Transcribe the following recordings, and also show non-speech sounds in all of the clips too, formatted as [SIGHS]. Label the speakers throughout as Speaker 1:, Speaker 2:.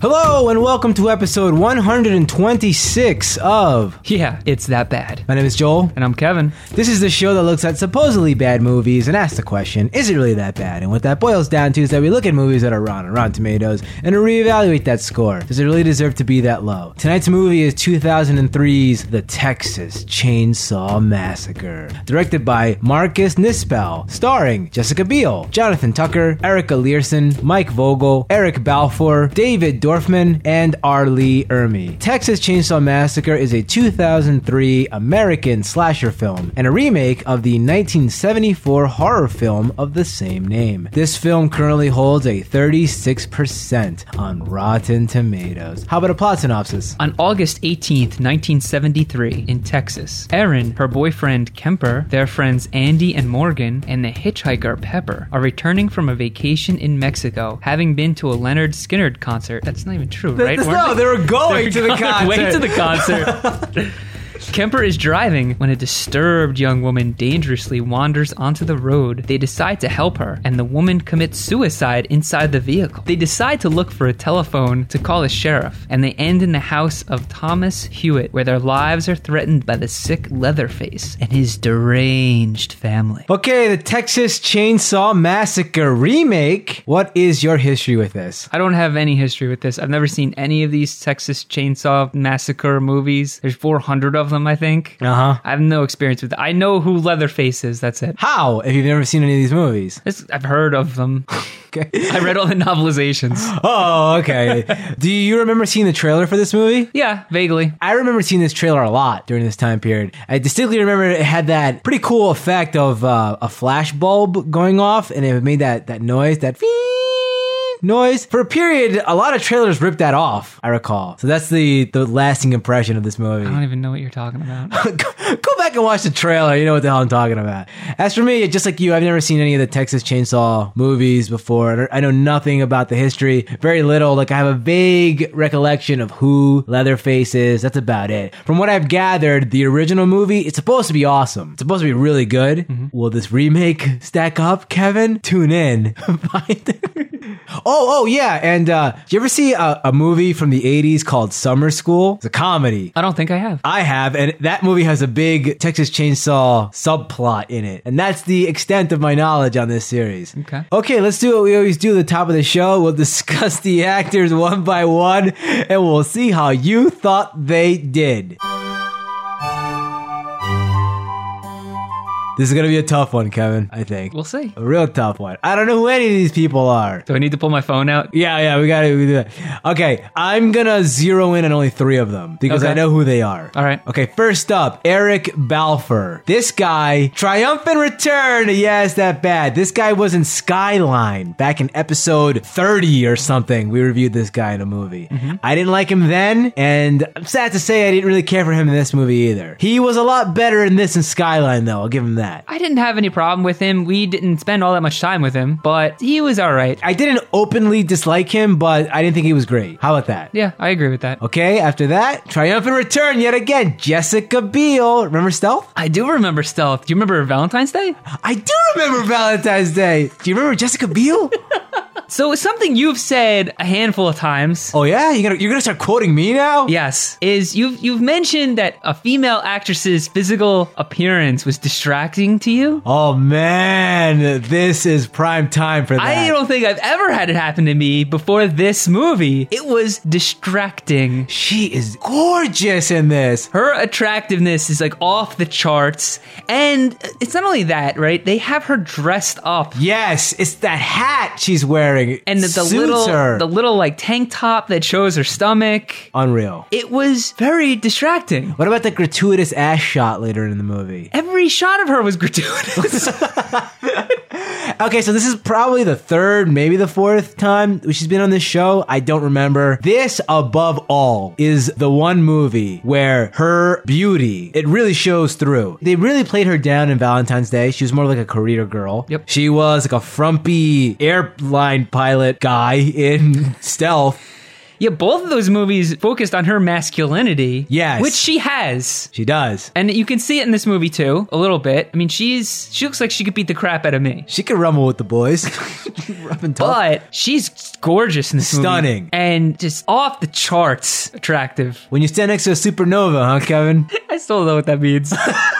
Speaker 1: Hello and welcome to episode 126 of
Speaker 2: Yeah, it's that bad.
Speaker 1: My name is Joel.
Speaker 2: And I'm Kevin.
Speaker 1: This is the show that looks at supposedly bad movies and asks the question, is it really that bad? And what that boils down to is that we look at movies that are Rotten, Rotten Tomatoes, and reevaluate that score. Does it really deserve to be that low? Tonight's movie is 2003's The Texas Chainsaw Massacre, directed by Marcus Nispel, starring Jessica Biel, Jonathan Tucker, Erica Learson, Mike Vogel, Eric Balfour, David Dorfman, and R. Lee Ermey. Texas Chainsaw Massacre is a 2003 American slasher film and a remake of the 1974 horror film of the same name. This film currently holds a 36% on Rotten Tomatoes. How about a plot synopsis?
Speaker 2: On August 18th, 1973, in Texas, Erin, her boyfriend Kemper, their friends Andy and Morgan, and the hitchhiker Pepper are returning from a vacation in Mexico, having been to a Leonard Skinnard concert. That's not even true, right?
Speaker 1: no,
Speaker 2: Weren't
Speaker 1: they were going
Speaker 2: [LAUGHS]
Speaker 1: to the concert.
Speaker 2: Way to the concert.
Speaker 1: [LAUGHS]
Speaker 2: Kemper is driving when a disturbed young woman dangerously wanders onto the road. They decide to help her, and the woman commits suicide inside the vehicle. They decide to look for a telephone to call the sheriff, and they end in the house of Thomas Hewitt, where their lives are threatened by the sick Leatherface and his deranged family.
Speaker 1: Okay, the Texas Chainsaw Massacre remake. What is your history with this?
Speaker 2: I don't have any history with this. I've never seen any of these Texas Chainsaw Massacre movies. There's 400 of them, I think.
Speaker 1: Uh huh.
Speaker 2: I have no experience with. I know who Leatherface is. That's it.
Speaker 1: How? If you've never seen any of these movies. [LAUGHS]
Speaker 2: It's, I've heard of them.
Speaker 1: Okay.
Speaker 2: I read all the novelizations.
Speaker 1: Oh, okay. Do you remember seeing the trailer for this movie?
Speaker 2: Yeah, vaguely.
Speaker 1: I remember seeing this trailer a lot during this time period. I distinctly remember it had that pretty cool effect of uh, a flash bulb going off, and it made that that noise, that noise. For a period, a lot of trailers ripped that off. I recall. So that's the the lasting impression of this movie.
Speaker 2: I don't even know what you're talking about.
Speaker 1: [LAUGHS] Go back and watch the trailer. You know what the hell I'm talking about. As for me, just like you, I've never seen any of the Texas Chainsaw movies before. and I know nothing about the history, very little. Like, I have a vague recollection of who Leatherface is. That's about it. From what I've gathered, the original movie, it's supposed to be awesome. It's supposed to be really good. Will this remake stack up, Kevin? Tune in. [LAUGHS] Find Oh, oh, yeah. And uh, did you ever see a, a movie from the 80s called Summer School? It's a comedy.
Speaker 2: I don't think I have.
Speaker 1: I have, and that movie has a big Texas Chainsaw subplot in it. And that's the extent of my knowledge on this series.
Speaker 2: Okay.
Speaker 1: Okay, let's do what we always do at the top of the show. We'll [LAUGHS] discuss the actors one by one, and we'll see how you thought they did. This is going to be a tough one, Kevin, I think.
Speaker 2: We'll see.
Speaker 1: a real tough one. I don't know who any of these people are.
Speaker 2: Do I need to pull my phone out?
Speaker 1: Yeah, yeah, we gotta we do that. Okay, I'm gonna zero in on only three of them because
Speaker 2: Okay.
Speaker 1: I know who they are.
Speaker 2: All right.
Speaker 1: Okay, first up, Eric Balfour. This guy, triumphant return. Yes, that bad. This guy was in Skyline back in episode 30 or something. We reviewed this guy in a movie.
Speaker 2: Mm-hmm.
Speaker 1: I didn't like him then, and I'm sad to say I didn't really care for him in this movie either. He was a lot better in this in Skyline, though. I'll give him that.
Speaker 2: I didn't have any problem with him. We didn't spend all that much time with him, but he was all right.
Speaker 1: I didn't openly dislike him, but I didn't think he was great. How about that?
Speaker 2: Yeah, I agree with that.
Speaker 1: Okay, after that, triumphant return yet again. Jessica Biel. Remember Stealth?
Speaker 2: I do remember Stealth. Do you remember Valentine's Day?
Speaker 1: I do remember Valentine's Day. Do you remember Jessica
Speaker 2: [LAUGHS]
Speaker 1: Biel?
Speaker 2: So it's something you've said a handful of times.
Speaker 1: oh yeah, you're gonna you're gonna start quoting me now?
Speaker 2: Yes, is you've you've mentioned that a female actress's physical appearance was distracting to you.
Speaker 1: Oh man, this is prime time for that.
Speaker 2: I don't think I've ever had it happen to me before this movie. It was distracting.
Speaker 1: she is gorgeous in this.
Speaker 2: Her attractiveness is like off the charts. And it's not only that, right? They have her dressed up.
Speaker 1: Yes, it's that hat she's wearing.
Speaker 2: And the, the
Speaker 1: Suits
Speaker 2: little
Speaker 1: her.
Speaker 2: the little like tank top that shows her stomach.
Speaker 1: unreal.
Speaker 2: It was very distracting.
Speaker 1: What about the gratuitous ass shot later in the movie?
Speaker 2: Every shot of her was [LAUGHS] gratuitous.
Speaker 1: Okay, so this is probably the third, maybe the fourth time she's been on this show. I don't remember. This, above all, is the one movie where her beauty, it really shows through. They really played her down in Valentine's Day. She was more like a career girl.
Speaker 2: Yep.
Speaker 1: She was like a frumpy airline pilot guy in [LAUGHS] Stealth.
Speaker 2: Yeah, both of those movies focused on her masculinity.
Speaker 1: Yes.
Speaker 2: Which she has.
Speaker 1: She does.
Speaker 2: And you can see it in this movie too, a little bit. I mean, she's she looks like she could beat the crap out of me.
Speaker 1: She can rumble with the boys. [LAUGHS] Rough and tough.
Speaker 2: But she's gorgeous in this movie.
Speaker 1: Stunning.
Speaker 2: And just off the charts attractive.
Speaker 1: When you stand next to a supernova, huh, Kevin?
Speaker 2: [LAUGHS] I still don't know what that means. [LAUGHS]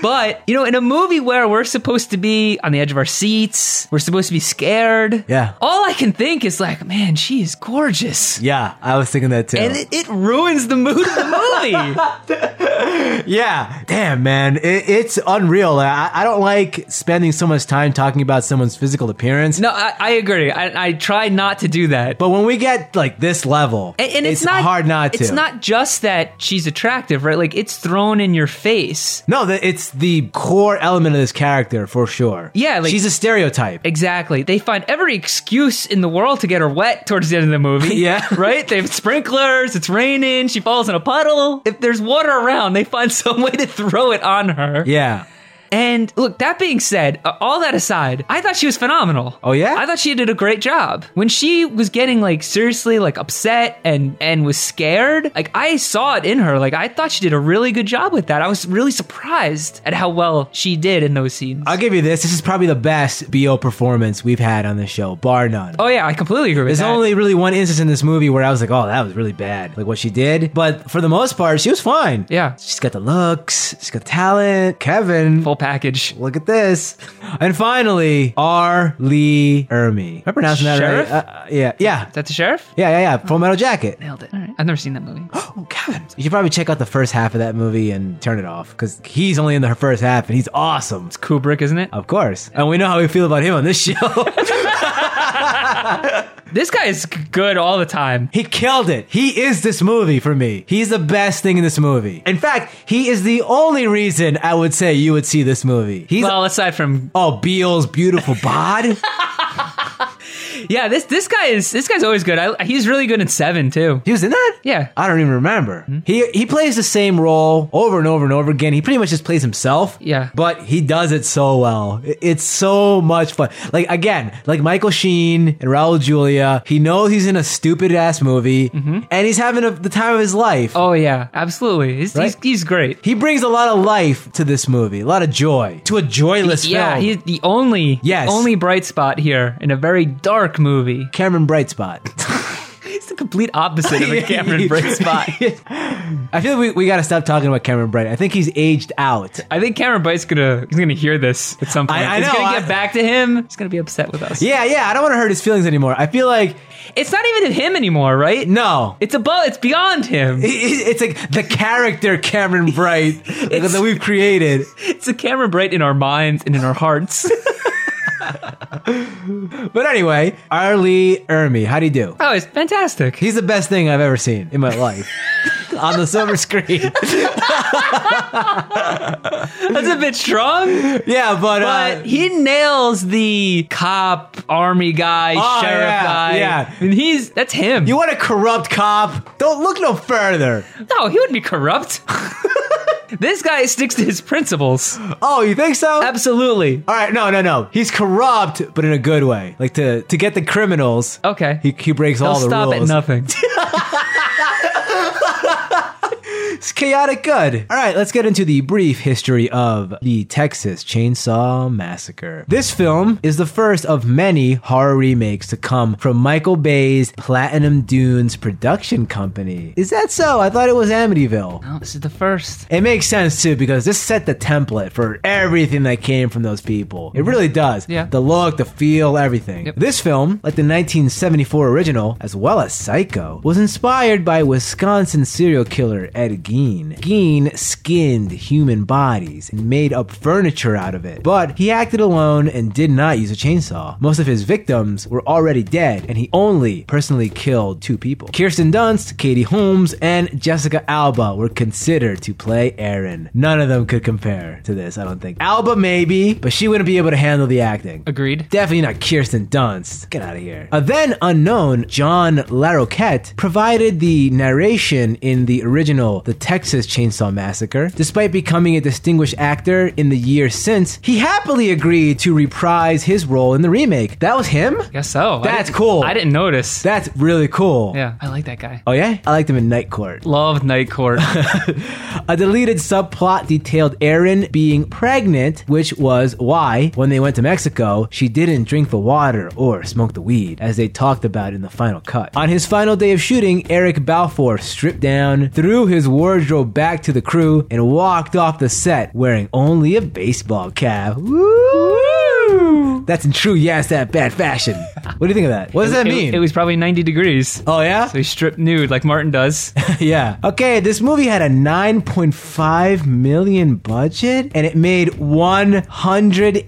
Speaker 2: But, you know, in a movie where we're supposed to be on the edge of our seats, we're supposed to be scared.
Speaker 1: Yeah.
Speaker 2: All I can think is like, man, she is gorgeous.
Speaker 1: Yeah, I was thinking that too.
Speaker 2: And it, it ruins the mood of the
Speaker 1: [LAUGHS]
Speaker 2: movie.
Speaker 1: yeah, damn, man, it, it's unreal. I, I don't like spending so much time talking about someone's physical appearance.
Speaker 2: no, I, I agree. I, I try not to do that.
Speaker 1: But when we get like this level,
Speaker 2: And, and it's, not
Speaker 1: hard not to.
Speaker 2: It's not just that she's attractive, right? Like it's thrown in your face.
Speaker 1: No, the, it's the core element of this character for sure.
Speaker 2: Yeah, like-
Speaker 1: she's a stereotype.
Speaker 2: Exactly. They find every excuse in the world to get her wet towards the end of the
Speaker 1: [LAUGHS]
Speaker 2: movie.
Speaker 1: Yeah.
Speaker 2: [LAUGHS] Right? They have sprinklers, it's raining, she falls in a puddle. If there's water around, they find [LAUGHS] some way to throw it on her.
Speaker 1: yeah,
Speaker 2: And look, that being said, uh, all that aside, I thought she was phenomenal.
Speaker 1: Oh, yeah?
Speaker 2: I thought she did a great job. When she was getting like seriously like upset and and was scared, like I saw it in her. Like I thought she did a really good job with that. I was really surprised at how well she did in those scenes.
Speaker 1: I'll give you this. This is probably the best bo performance we've had on this show, bar none.
Speaker 2: oh yeah, I completely agree with
Speaker 1: There's
Speaker 2: that.
Speaker 1: only really one instance in this movie where I was like, "Oh, that was really bad," like what she did. But for the most part, she was fine.
Speaker 2: yeah,
Speaker 1: she's got the looks, she's got talent. Kevin,
Speaker 2: full package.
Speaker 1: Look at this. And finally, R. Lee Ermey. Am I pronouncing that
Speaker 2: Sheriff?
Speaker 1: right? Uh, yeah. Yeah.
Speaker 2: Is that the sheriff?
Speaker 1: Yeah, yeah, yeah. Full Metal Jacket. [GASPS]
Speaker 2: Nailed it. All right. I've never seen that movie. [GASPS]
Speaker 1: Oh, Kevin. You should probably check out the first half of that movie and turn it off because he's only in the first half and he's awesome.
Speaker 2: Kubrick, isn't it?
Speaker 1: Of course. And we know how we feel about him on this [LAUGHS] show.
Speaker 2: This guy is g- good all the time.
Speaker 1: he killed it. He is this movie for me. He's the best thing in this movie. In fact, he is the only reason I would say you would see this movie. He's.
Speaker 2: Well, aside from
Speaker 1: Oh, Beale's beautiful
Speaker 2: [LAUGHS]
Speaker 1: bod.
Speaker 2: yeah, this this guy is this guy's always good. I, he's really good in Seven too.
Speaker 1: He was in that?
Speaker 2: Yeah.
Speaker 1: I don't even remember. He he plays the same role over and over and over again. He pretty much just plays himself.
Speaker 2: Yeah.
Speaker 1: But he does it so well. I- It's so much fun. Like again, like Michael Sheen and Raul Julia, he knows he's in a stupid ass movie and he's having a, the time of his life.
Speaker 2: Oh yeah, absolutely. He's
Speaker 1: Right?
Speaker 2: he's, he's great.
Speaker 1: He brings a lot of life to this movie, a lot of joy to a joyless
Speaker 2: Yeah,
Speaker 1: film.
Speaker 2: he's the only
Speaker 1: Yes.
Speaker 2: the only bright spot here in a very dark movie.
Speaker 1: Cameron Brightspot. [LAUGHS]
Speaker 2: He's the complete opposite [LAUGHS] of a Cameron bright spot.
Speaker 1: I feel like we, we got to stop talking about Cameron Bright. I think he's aged out.
Speaker 2: I think Cameron Bright's gonna he's gonna hear this at some point.
Speaker 1: I- I
Speaker 2: it's
Speaker 1: know,
Speaker 2: gonna get
Speaker 1: I-
Speaker 2: back to him. He's gonna be upset with us.
Speaker 1: Yeah, yeah. I don't want to hurt his feelings anymore. I feel like
Speaker 2: It's not even him anymore, right?
Speaker 1: no.
Speaker 2: It's above. It's beyond him.
Speaker 1: It- it- It's like the character
Speaker 2: [LAUGHS]
Speaker 1: Cameron Bright that we've created.
Speaker 2: It's a Cameron Bright in our minds and in our hearts.
Speaker 1: But anyway, R. Lee Ermey, how do you do?
Speaker 2: [LAUGHS] oh, it's fantastic.
Speaker 1: He's the best thing I've ever seen in my
Speaker 2: [LAUGHS]
Speaker 1: life on the silver screen.
Speaker 2: That's a bit strong,
Speaker 1: Yeah, but,
Speaker 2: but
Speaker 1: uh,
Speaker 2: he nails the cop, army guy,
Speaker 1: Oh,
Speaker 2: sheriff
Speaker 1: yeah,
Speaker 2: guy.
Speaker 1: yeah.
Speaker 2: and he's that's him.
Speaker 1: you want a corrupt cop? Don't look no further.
Speaker 2: No, he wouldn't be [LAUGHS] corrupt. this guy sticks to his principles.
Speaker 1: Oh, you think so?
Speaker 2: Absolutely.
Speaker 1: All right, no, no, no. He's corrupt, but in a good way. Like to to get the criminals.
Speaker 2: Okay.
Speaker 1: He, he breaks
Speaker 2: He'll
Speaker 1: all the
Speaker 2: stop
Speaker 1: rules.
Speaker 2: at nothing.
Speaker 1: It's chaotic good. All right, let's get into the brief history of the Texas Chainsaw Massacre. This film is the first of many horror remakes to come from Michael Bay's Platinum Dunes production company. Is that so? I thought it was Amityville.
Speaker 2: [LAUGHS] oh, this is the first.
Speaker 1: It makes sense too because this set the template for everything that came from those people. It really does.
Speaker 2: Yeah.
Speaker 1: The look, the feel, everything.
Speaker 2: Yep.
Speaker 1: This film, like the 1974 original, as well as Psycho, was inspired by Wisconsin serial killer Ed Gein. Gein skinned human bodies and made up furniture out of it, but he acted alone and did not use a chainsaw. Most of his victims were already dead, and he only personally killed two people. Kirsten Dunst, Katie Holmes, and Jessica Alba were considered to play Aaron. None of them could compare to this, I don't think. Alba maybe, but she wouldn't be able to handle the acting.
Speaker 2: Agreed.
Speaker 1: Definitely not Kirsten Dunst. Get out of here. A then unknown John Larroquette provided the narration in the original The Texas Chainsaw Massacre. Despite becoming a distinguished actor in the years since, he happily agreed to reprise his role in the remake. That was him?
Speaker 2: Guess so. I
Speaker 1: That's
Speaker 2: didn't-
Speaker 1: cool.
Speaker 2: I didn't notice.
Speaker 1: That's really cool.
Speaker 2: yeah, I like that guy.
Speaker 1: Oh, yeah? I liked him in Night Court.
Speaker 2: Love Night [LAUGHS] Court.
Speaker 1: [LAUGHS] A deleted subplot detailed Erin being pregnant, which was why, when they went to Mexico, she didn't drink the water or smoke the weed, as they talked about in the final cut. On his final day of shooting, Eric Balfour stripped down, threw his wardrobe back to the crew, and walked off the set wearing only a baseball cap. Woo! That's in true yes that bad fashion. What do you think of that? What does that
Speaker 2: It-
Speaker 1: mean?
Speaker 2: It, was probably 90 degrees.
Speaker 1: oh yeah?
Speaker 2: So he stripped nude like Martin does. [LAUGHS]
Speaker 1: yeah. Okay, this movie had a 9.5 million budget and it made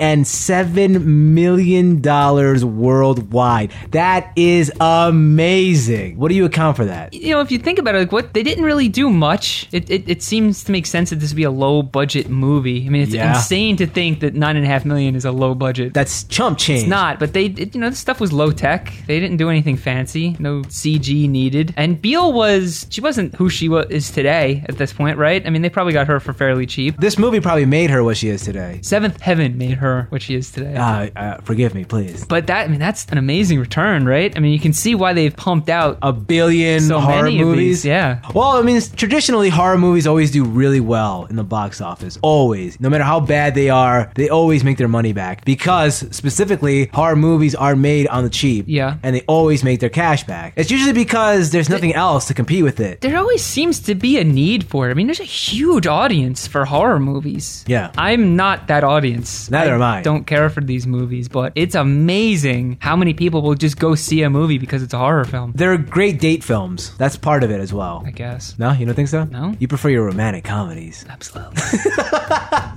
Speaker 1: 107 million dollars worldwide. That is amazing. What do you account for that?
Speaker 2: you know, if you think about it, like what they didn't really do much. It it, it seems to make sense that this would be a low budget movie. I mean, it's
Speaker 1: Yeah.
Speaker 2: insane to think that nine and a half million is a low budget.
Speaker 1: That's chump change.
Speaker 2: It's not, but they, it, you know, this stuff was low tech. They didn't do anything fancy. No CG needed. And Beale was, she wasn't who she was, is today at this point, right? I mean, they probably got her for fairly cheap.
Speaker 1: This movie probably made her what she is today.
Speaker 2: Seventh Heaven made her what she is today.
Speaker 1: Uh, uh, forgive me, please.
Speaker 2: But that, I mean, that's an amazing return, right? I mean, you can see why they've pumped out.
Speaker 1: A billion
Speaker 2: So
Speaker 1: horror
Speaker 2: many of
Speaker 1: movies.
Speaker 2: these, yeah.
Speaker 1: Well, I mean, it's- traditionally horror movies always do really well in the box office. Always, no matter how bad they are, they always make their money back because specifically horror movies are made on the cheap.
Speaker 2: Yeah.
Speaker 1: and they always make their cash back. It's usually because there's nothing else to compete with it.
Speaker 2: There always seems to be a need for it. I mean, there's a huge audience for horror movies.
Speaker 1: Yeah.
Speaker 2: I'm not that audience.
Speaker 1: Neither am I.
Speaker 2: Don't care for these movies, but it's amazing how many people will just go see a movie because it's a horror film,
Speaker 1: They're great date films. That's part of it as well.
Speaker 2: I guess.
Speaker 1: No, you don't think so?
Speaker 2: No.
Speaker 1: You prefer your romantic comedies. [LAUGHS]
Speaker 2: Absolutely.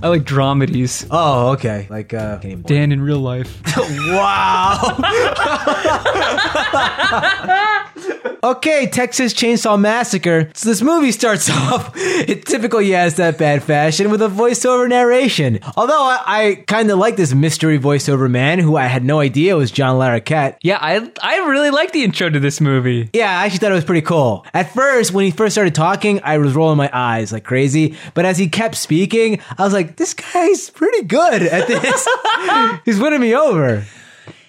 Speaker 2: I like dramedies.
Speaker 1: Oh, okay. Like uh Game Boy.
Speaker 2: Dan in real life.
Speaker 1: wow. okay, Texas Chainsaw Massacre. So this movie starts [LAUGHS] off in typical yes that bad fashion with a voiceover narration. Although I, I kind of like this mystery voiceover man who I had no idea was John Larroquette.
Speaker 2: Yeah, I I really like the intro to this movie.
Speaker 1: Yeah, I actually thought it was pretty cool. At first, when he first started talking, I was rolling my eyes like crazy. But as he kept speaking, I was like, this guy's pretty good at this. [LAUGHS] He's winning me over.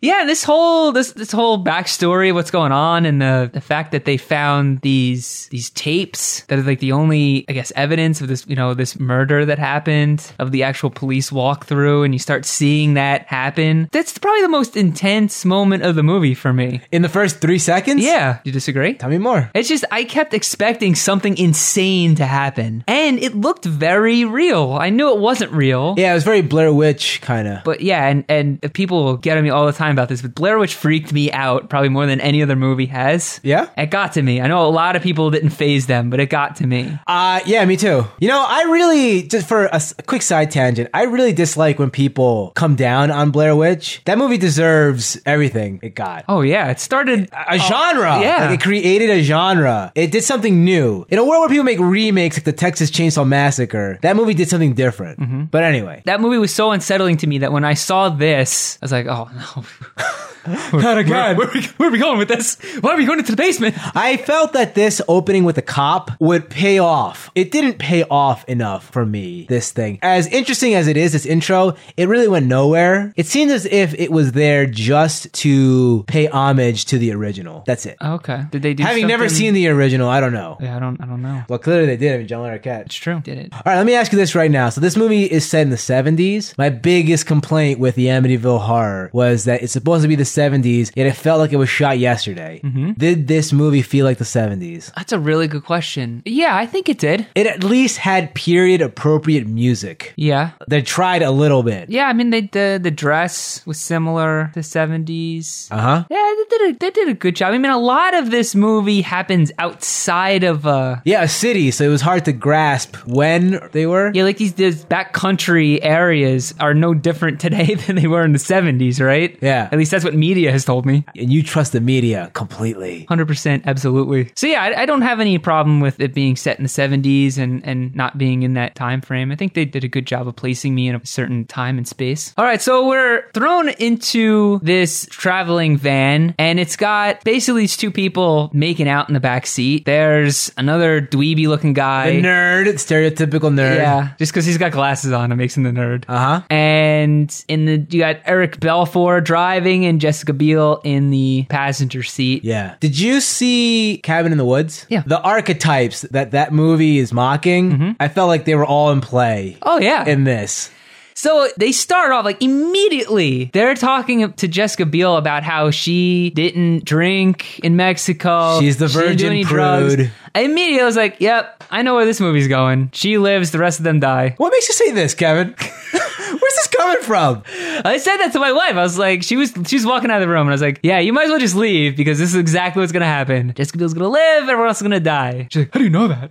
Speaker 2: Yeah, this whole this this whole backstory, what's going on, and the the fact that they found these these tapes that are like the only I guess evidence of this you know this murder that happened of the actual police walkthrough, and you start seeing that happen. That's probably the most intense moment of the movie for me.
Speaker 1: In the first three seconds?
Speaker 2: Yeah, do you disagree?
Speaker 1: Tell me more.
Speaker 2: It's just I kept expecting something insane to happen, and it looked very real. I knew it wasn't real.
Speaker 1: Yeah, it was very Blair Witch kind of.
Speaker 2: But yeah, and and people will get at me all the time about this, but Blair Witch freaked me out probably more than any other movie has.
Speaker 1: Yeah?
Speaker 2: It got to me. I know a lot of people didn't phase them, but it got to me.
Speaker 1: Uh, yeah, me too. You know, I really just for a s- quick side tangent, I really dislike when people come down on Blair Witch. That movie deserves everything it got.
Speaker 2: Oh yeah, it started
Speaker 1: A genre,
Speaker 2: Oh, yeah.
Speaker 1: Like, it created a genre. It did something new in a world where people make remakes like the Texas Chainsaw Massacre. That movie did something different. But anyway,
Speaker 2: that movie was so unsettling to me that when I saw this, I was like, "Oh no,
Speaker 1: [LAUGHS] not
Speaker 2: where, where, are we, where are we going with this? Why are we going into the basement?"
Speaker 1: I felt that this opening with the cop would pay off. It didn't pay off enough for me, this thing. As interesting as it is, this intro, it really went nowhere. It seemed as if it was there just to pay homage to the original. That's it.
Speaker 2: Okay, did they do?
Speaker 1: Having never
Speaker 2: Uh, something-
Speaker 1: seen the original, I don't know.
Speaker 2: yeah, I don't, I don't know.
Speaker 1: Well, clearly they did. I mean, John Larroquette.
Speaker 2: It's true. Did it?
Speaker 1: All right, let me ask you this right now. So this movie is set in the 70s. My biggest complaint with the Amityville Horror was that it's supposed to be the 70s, yet it felt like it was shot yesterday. Did this movie feel like the 70s?
Speaker 2: That's a really good question. Yeah, I think it did.
Speaker 1: It at least had period appropriate music.
Speaker 2: Yeah,
Speaker 1: They tried a little bit.
Speaker 2: yeah. I mean, they, the the dress was similar to seventies.
Speaker 1: Uh huh.
Speaker 2: Yeah, they did, a, they did a good job. I mean, a lot of this movie happens outside of, uh,
Speaker 1: Yeah, a city, so it was hard to grasp when they were.
Speaker 2: yeah, like these, these [LAUGHS] backcountry areas are no different today than they were in the 70s, right?
Speaker 1: Yeah.
Speaker 2: At least that's what media has told me.
Speaker 1: And you trust the media completely.
Speaker 2: 100% absolutely so yeah I, I don't have any problem with it being set in the 70s and and not being in that time frame i think they did a good job of placing me in a certain time and space all right so we're thrown into this traveling van and it's got basically these two people making out in the back seat there's another dweeby looking
Speaker 1: A
Speaker 2: guy
Speaker 1: nerd, stereotypical nerd.
Speaker 2: yeah just because he's got glasses on it makes him the nerd
Speaker 1: Uh huh.
Speaker 2: and in the you got Eric Balfour driving and Jessica Biel in the passenger seat.
Speaker 1: Yeah. Did you see Cabin in the Woods?
Speaker 2: Yeah. Mm-hmm.
Speaker 1: The archetypes that that movie is mocking, I felt like they were all in play
Speaker 2: Oh yeah,
Speaker 1: in this.
Speaker 2: So they start off like immediately. They're talking to Jessica Biel about how she didn't drink in Mexico.
Speaker 1: She's the
Speaker 2: She didn't do
Speaker 1: virgin
Speaker 2: any drugs.
Speaker 1: prude.
Speaker 2: I immediately was like, "Yep, I know where this movie's going. She lives, the rest of them die."
Speaker 1: What makes you say this, Kevin? [LAUGHS] Where's this coming from?
Speaker 2: I said that to my wife. I was like, she was she was walking out of the room, and I was like, "Yeah, you might as well just leave because this is exactly what's gonna happen. Jessica Biel's gonna live, everyone else is gonna die." She's like, "How do you know that?"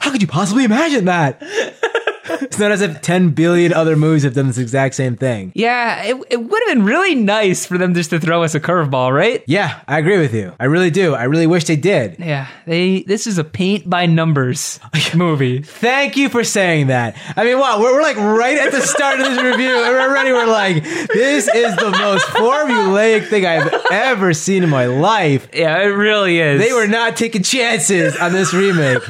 Speaker 1: How could you possibly imagine that? it's not as if 10 billion other movies have done this exact same thing.
Speaker 2: [LAUGHS] yeah, it, it would have been really nice for them just to throw us a curveball, right?
Speaker 1: Yeah, I agree with you. I really do. I really wish they did.
Speaker 2: Yeah, they. This is a paint by [LAUGHS] numbers movie.
Speaker 1: Thank you for saying that. I mean, wow, we're, we're like right at the start of this review, and already we're like, this is the most formulaic thing I've ever seen in my life.
Speaker 2: Yeah, it really is.
Speaker 1: They were not taking chances on this remake. [LAUGHS]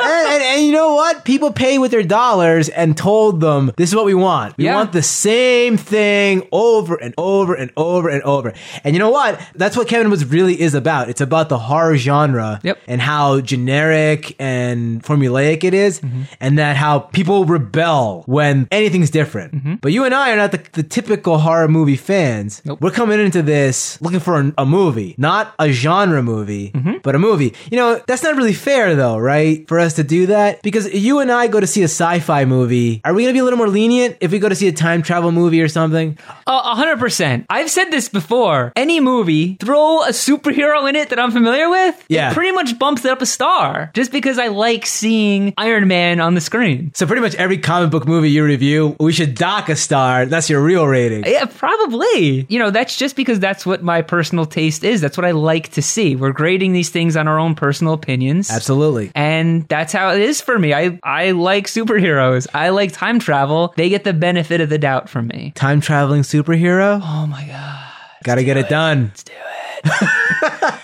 Speaker 1: And, and, and you know what? People pay with their dollars and told them this is what we want. We
Speaker 2: Yeah.
Speaker 1: want the same thing over and over and over and over. And you know what? That's what Kevin Woods really is about. It's about the horror genre
Speaker 2: Yep.
Speaker 1: and how generic and formulaic it is, and that how people rebel when anything's different. But you and I are not the, the typical horror movie fans.
Speaker 2: Nope.
Speaker 1: We're coming into this looking for an, a movie, not a genre movie, but a movie. You know, that's not really fair though, right? For us to do that because if you and I go to see a sci-fi movie. Are we going to be a little more lenient if we go to see a time travel movie or something?
Speaker 2: Oh, a hundred percent. I've said this before. Any movie, throw a superhero in it that I'm familiar with.
Speaker 1: Yeah.
Speaker 2: it pretty much bumps it up a star just because I like seeing Iron Man on the screen.
Speaker 1: So pretty much every comic book movie you review, we should dock a star. That's your real rating.
Speaker 2: Yeah, probably. You know, that's just because that's what my personal taste is. That's what I like to see. We're grading these things on our own personal opinions.
Speaker 1: Absolutely.
Speaker 2: And that's how it is for me. I, I like superheroes. I like time travel. They get the benefit of the doubt from me.
Speaker 1: Time traveling superhero?
Speaker 2: Oh my god.
Speaker 1: Gotta get it, done. Let's do it.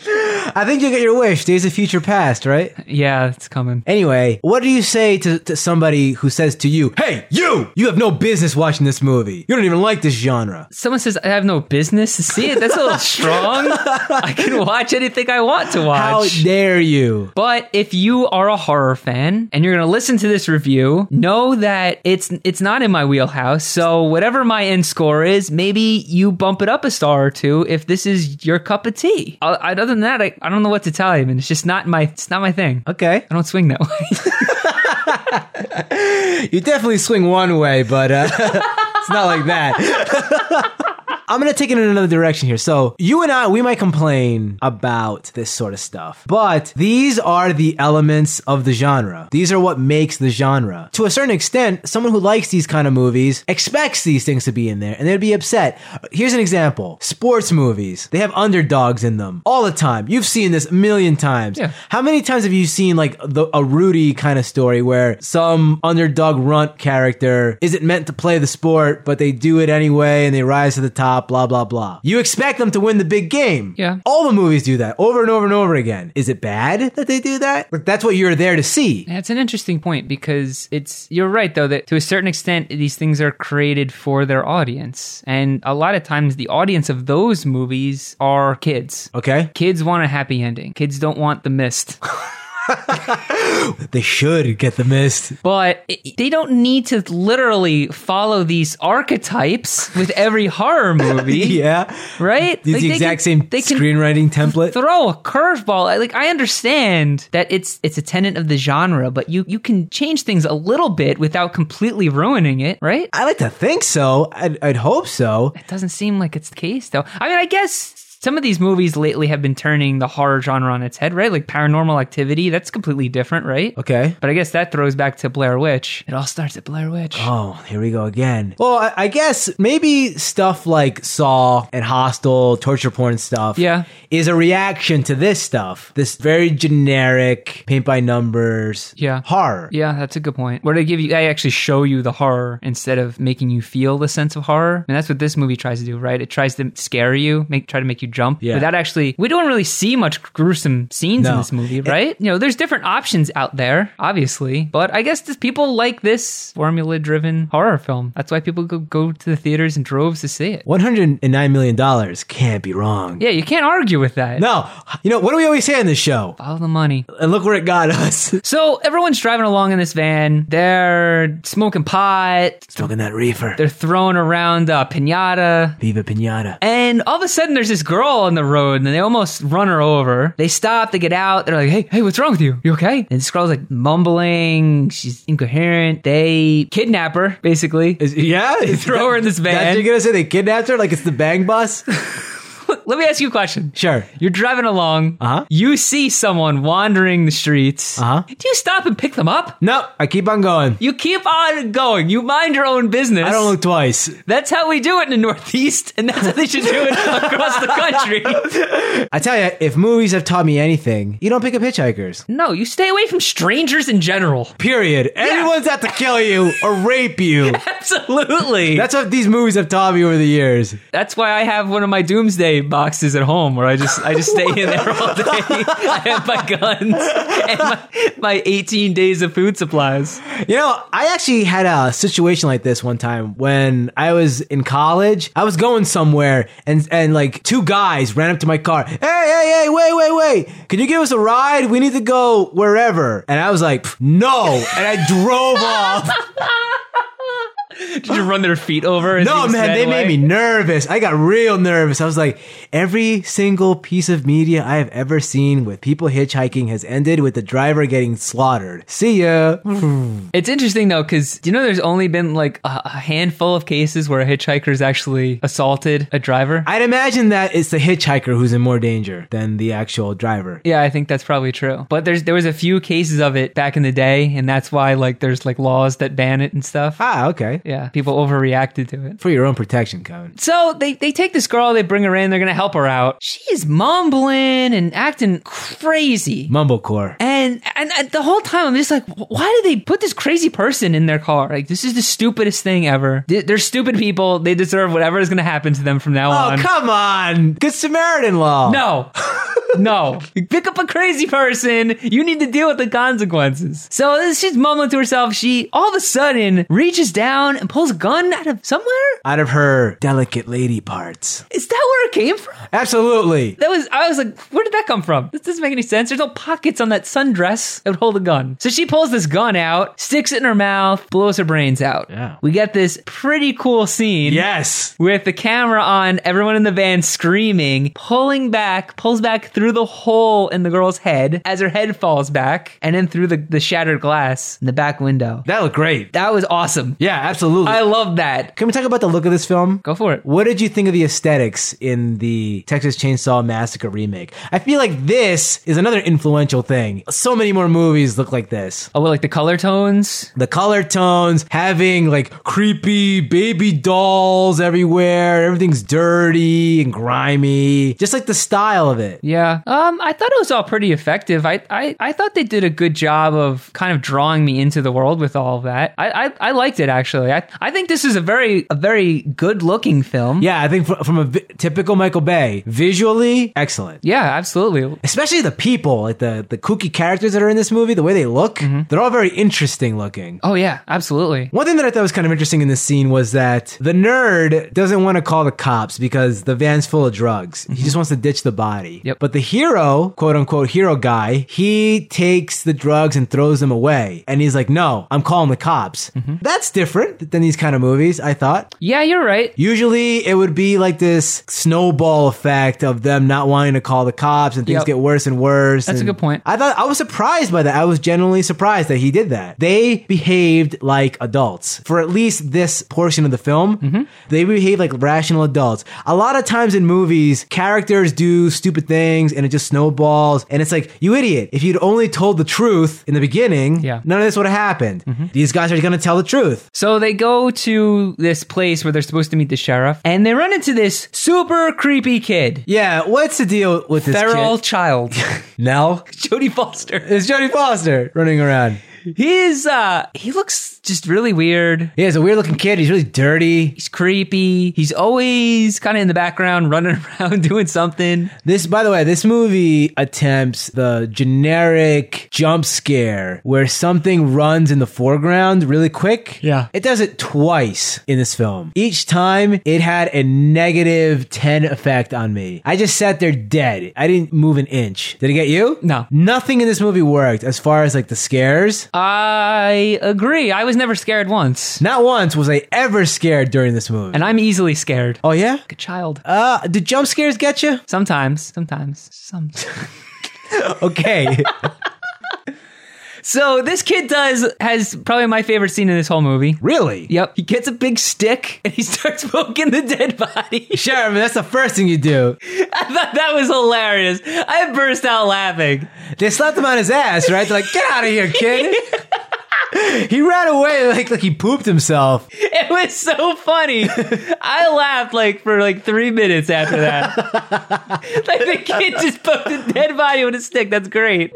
Speaker 1: [LAUGHS] I think you get your wish. Days of Future Past, right?
Speaker 2: Yeah, it's coming.
Speaker 1: Anyway, what do you say to, to somebody who says to you, Hey, you! You have no business watching this movie. You don't even like this genre.
Speaker 2: Someone says I have no business to see it. That's a little strong. I can watch anything I want to
Speaker 1: How
Speaker 2: watch.
Speaker 1: dare you?
Speaker 2: But if you are a horror fan and you're going to listen to this review, know that it's it's not in my wheelhouse. So whatever my end score is, maybe you bump it up a star or two if this is your cup of tea. I, I- other than that, I, I don't know what to tell you. And it's just not my it's not my thing.
Speaker 1: Okay.
Speaker 2: I don't swing that way.
Speaker 1: [LAUGHS] You definitely swing one way, but uh, [LAUGHS] it's not like that. [LAUGHS] I'm gonna take it in another direction here. So you and I, we might complain about this sort of stuff, but these are the elements of the genre. These are what makes the genre. To a certain extent, someone who likes these kind of movies expects these things to be in there, and they'd be upset. Here's an example: sports movies. They have underdogs in them all the time. You've seen this a million times.
Speaker 2: Yeah.
Speaker 1: How many times have you seen like the, a Rudy kind of story where some underdog runt character isn't meant to play the sport, but they do it anyway and they rise to the top, blah, blah, blah? You expect them to win the big game.
Speaker 2: Yeah.
Speaker 1: All the movies do that over and over and over again. Is it bad that they do that? Like, that's what you're there to see.
Speaker 2: That's an interesting point because it's you're right though that to a certain extent these things are created for their audience. And a lot of times the audience of those movies are kids.
Speaker 1: Okay?
Speaker 2: Kids want a happy ending. Kids don't want
Speaker 1: [LAUGHS]
Speaker 2: the mist.
Speaker 1: They should get the mist. [LAUGHS]
Speaker 2: But it, they don't need to literally follow these archetypes with
Speaker 1: [LAUGHS]
Speaker 2: every horror movie,
Speaker 1: Yeah.
Speaker 2: right?
Speaker 1: It's
Speaker 2: Like,
Speaker 1: the
Speaker 2: they
Speaker 1: exact
Speaker 2: can-
Speaker 1: same screenwriting template.
Speaker 2: throw a curveball. I- Like I understand that it's it's a tenet of the genre, but you you can change things a little bit without completely ruining it, right?
Speaker 1: I like to think so. I'd, I'd hope so.
Speaker 2: It doesn't seem like it's the case though. I mean, I guess Some of these movies lately have been turning the horror genre on its head, right? Like Paranormal Activity, that's completely different, right?
Speaker 1: Okay.
Speaker 2: But I guess that throws back to Blair Witch. It all starts at Blair Witch.
Speaker 1: Oh, here we go again. Well, I, I guess maybe stuff like Saw and Hostile, torture porn stuff,
Speaker 2: Yeah.
Speaker 1: is a reaction to this stuff. This very generic paint by numbers,
Speaker 2: Yeah.
Speaker 1: horror.
Speaker 2: Yeah, that's a good point. Where they give you, I actually show you the horror instead of making you feel the sense of horror. And that's what this movie tries to do, right? It tries to scare you, make try to make you jump.
Speaker 1: Yeah.
Speaker 2: But that actually, we don't really see much gruesome
Speaker 1: No.
Speaker 2: scenes in this movie, right? you know, there's different options out there, obviously. But I guess just people like this formula-driven horror film. That's why people go, go to the theaters in droves to see it.
Speaker 1: One hundred and nine million dollars can't be wrong.
Speaker 2: Yeah, you can't argue with that.
Speaker 1: No, you know what do we always say on this show?
Speaker 2: Follow the money.
Speaker 1: And look where it got us. [LAUGHS]
Speaker 2: So everyone's driving along in this van. They're smoking pot.
Speaker 1: Smoking that reefer.
Speaker 2: They're throwing around a pinata.
Speaker 1: Viva Pinata.
Speaker 2: And all of a sudden, there's this girl on the road, and they almost run her over. They stop, they get out, they're like, hey, hey, what's wrong with you? You okay? And this girl's like mumbling, she's incoherent. They kidnap her, basically. [LAUGHS]
Speaker 1: Is, yeah, [LAUGHS]
Speaker 2: throw her in this van.
Speaker 1: That's what you're gonna say they kidnapped her like it's the Bang [LAUGHS] Bus?
Speaker 2: Let me ask you a question.
Speaker 1: Sure.
Speaker 2: You're driving along,
Speaker 1: Uh-huh.
Speaker 2: you see someone wandering the streets.
Speaker 1: Uh-huh.
Speaker 2: Do you stop and pick them up?
Speaker 1: Nope, I keep on going.
Speaker 2: You keep on going. You mind your own business.
Speaker 1: I don't look twice.
Speaker 2: That's how we do it in the Northeast, and that's how they should do it [LAUGHS] across
Speaker 1: [LAUGHS]
Speaker 2: the country.
Speaker 1: I tell you, if movies have taught me anything, you don't pick up hitchhikers.
Speaker 2: No, you stay away from strangers in general.
Speaker 1: Period. Everyone's out to kill you or rape you.
Speaker 2: [LAUGHS] Absolutely. That's,
Speaker 1: That's what these movies have taught me over the years.
Speaker 2: why I have one of my doomsday boxes at home where I just I just stay in there all day. [LAUGHS] I have my guns and my, my 18 days of food supplies.
Speaker 1: You know, I actually had a situation like this one time when I was in college. I was going somewhere and and like two guys ran up to my car. Hey, hey, hey, wait, wait, wait. Can you give us a ride? We need to go wherever. And I was like, "Pff, "No." And I drove off.
Speaker 2: Did you run their feet over? as
Speaker 1: No,
Speaker 2: you
Speaker 1: man,
Speaker 2: sped
Speaker 1: they
Speaker 2: away?
Speaker 1: made me nervous. I got real nervous. I was like, every single piece of media I have ever seen with people hitchhiking has ended with the driver getting slaughtered. See ya.
Speaker 2: It's interesting though, because you know, there's only been like a, a handful of cases where a hitchhiker's actually assaulted a driver.
Speaker 1: I'd imagine that it's the hitchhiker who's in more danger than the actual driver.
Speaker 2: Yeah, I think that's probably true. But there's there was a few cases of it back in the day, and that's why like there's like laws that ban it and stuff.
Speaker 1: Ah, okay.
Speaker 2: Yeah, people overreacted to it.
Speaker 1: For your own protection, Kevin.
Speaker 2: So they, they take this girl, they bring her in, they're gonna help her out. She's mumbling and acting crazy.
Speaker 1: Mumblecore.
Speaker 2: And, and and the whole time I'm just like, "Wh- why do they put this crazy person in their car? Like this is the stupidest thing ever. They- They're stupid people. They deserve whatever is gonna happen to them from now
Speaker 1: Oh,
Speaker 2: on.
Speaker 1: come on. Good Samaritan law.
Speaker 2: [LAUGHS] No. [LAUGHS] No. Pick up a crazy person. You need to deal with the consequences. So she's mumbling to herself. She all of a sudden reaches down and pulls a gun out of somewhere.
Speaker 1: Out of her delicate lady parts.
Speaker 2: Is that where it came from?
Speaker 1: Absolutely.
Speaker 2: That was I was like, where did that come from? This doesn't make any sense. There's no pockets on that sundress that would hold a gun. So she pulls this gun out, sticks it in her mouth, blows her brains out.
Speaker 1: Yeah.
Speaker 2: We get this pretty cool scene.
Speaker 1: Yes.
Speaker 2: with the camera on, everyone in the van screaming, pulling back, pulls back through the hole in the girl's head as her head falls back, and then through the, the shattered glass in the back window.
Speaker 1: That looked great.
Speaker 2: That was awesome.
Speaker 1: Yeah, absolutely.
Speaker 2: I love that.
Speaker 1: Can we talk about the look of this film?
Speaker 2: Go for it.
Speaker 1: What did you think of the aesthetics in the Texas Chainsaw Massacre remake? I feel like this is another influential thing. So many more movies look like this.
Speaker 2: Oh, like the color tones?
Speaker 1: The color tones, having like creepy baby dolls everywhere, everything's dirty and grimy. Just like the style of it.
Speaker 2: Yeah. Um, I thought it was all pretty effective. I, I, I thought they did a good job of kind of drawing me into the world with all of that. I, I, I liked it actually. I, I think this is a very a very good looking film.
Speaker 1: Yeah, I think fr- from a vi- typical Michael Bay, visually excellent.
Speaker 2: Yeah, absolutely.
Speaker 1: Especially the people, like the, the kooky characters that are in this movie, the way they look, they're all very interesting looking.
Speaker 2: Oh yeah, absolutely.
Speaker 1: One thing that I thought was kind of interesting in this scene was that the nerd doesn't want to call the cops because the van's full of drugs. He just wants to ditch the body.
Speaker 2: Yep.
Speaker 1: But the The hero, quote unquote hero guy, he takes the drugs and throws them away. And he's like, no, I'm calling the cops. That's different than these kind of movies, I thought.
Speaker 2: Yeah, you're right.
Speaker 1: Usually it would be like this snowball effect of them not wanting to call the cops and things
Speaker 2: Yep.
Speaker 1: get worse and worse.
Speaker 2: That's a
Speaker 1: and
Speaker 2: good point.
Speaker 1: I thought I was surprised by that. I was genuinely surprised that he did that. They behaved like adults for at least this portion of the film.
Speaker 2: Mm-hmm.
Speaker 1: They behave like rational adults. A lot of times in movies, characters do stupid things and it just snowballs. And it's like, you idiot! If you'd only told the truth in the beginning,
Speaker 2: Yeah. Mm-hmm.
Speaker 1: none of this would have happened. These guys are going to tell the truth.
Speaker 2: So they go to this place where they're supposed to meet the sheriff, and they run into this super creepy kid,
Speaker 1: Yeah, what's the deal with this
Speaker 2: feral
Speaker 1: kid?
Speaker 2: child,
Speaker 1: Nell?
Speaker 2: [LAUGHS] Jodie Foster.
Speaker 1: It's Jodie Foster running around.
Speaker 2: He's uh, he looks just really weird.
Speaker 1: He has a weird looking kid. He's really dirty.
Speaker 2: He's creepy. He's always kind of in the background, [LAUGHS] running around doing something.
Speaker 1: This, by the way, this movie attempts the generic jump scare where something runs in the foreground really quick.
Speaker 2: Yeah.
Speaker 1: It does it twice in this film. Each time it had a negative 10 effect on me. I just sat there dead. I didn't move an inch. Did it get you?
Speaker 2: No.
Speaker 1: Nothing in this movie worked as far as like the scares.
Speaker 2: I agree. I was never scared once,
Speaker 1: Not once was I ever scared during this movie.
Speaker 2: and I'm easily scared.
Speaker 1: oh, yeah?
Speaker 2: Like a child.
Speaker 1: Uh, do jump scares get you?
Speaker 2: Sometimes, sometimes, sometimes. [LAUGHS]
Speaker 1: Okay.
Speaker 2: so this kid does has probably my favorite scene in this whole movie.
Speaker 1: really?
Speaker 2: Yep. He gets a big stick [LAUGHS] and he starts poking the dead body. [LAUGHS]
Speaker 1: Sharon, that's the first thing you do.
Speaker 2: I thought that was hilarious. I burst out laughing.
Speaker 1: They slapped him on his ass, right? They're like, get out of here,
Speaker 2: [LAUGHS]
Speaker 1: kid. he ran away like like he pooped himself.
Speaker 2: [LAUGHS] It was so funny. I laughed like for like three minutes after that. [LAUGHS] like the kid just poked a dead body with a stick. That's great.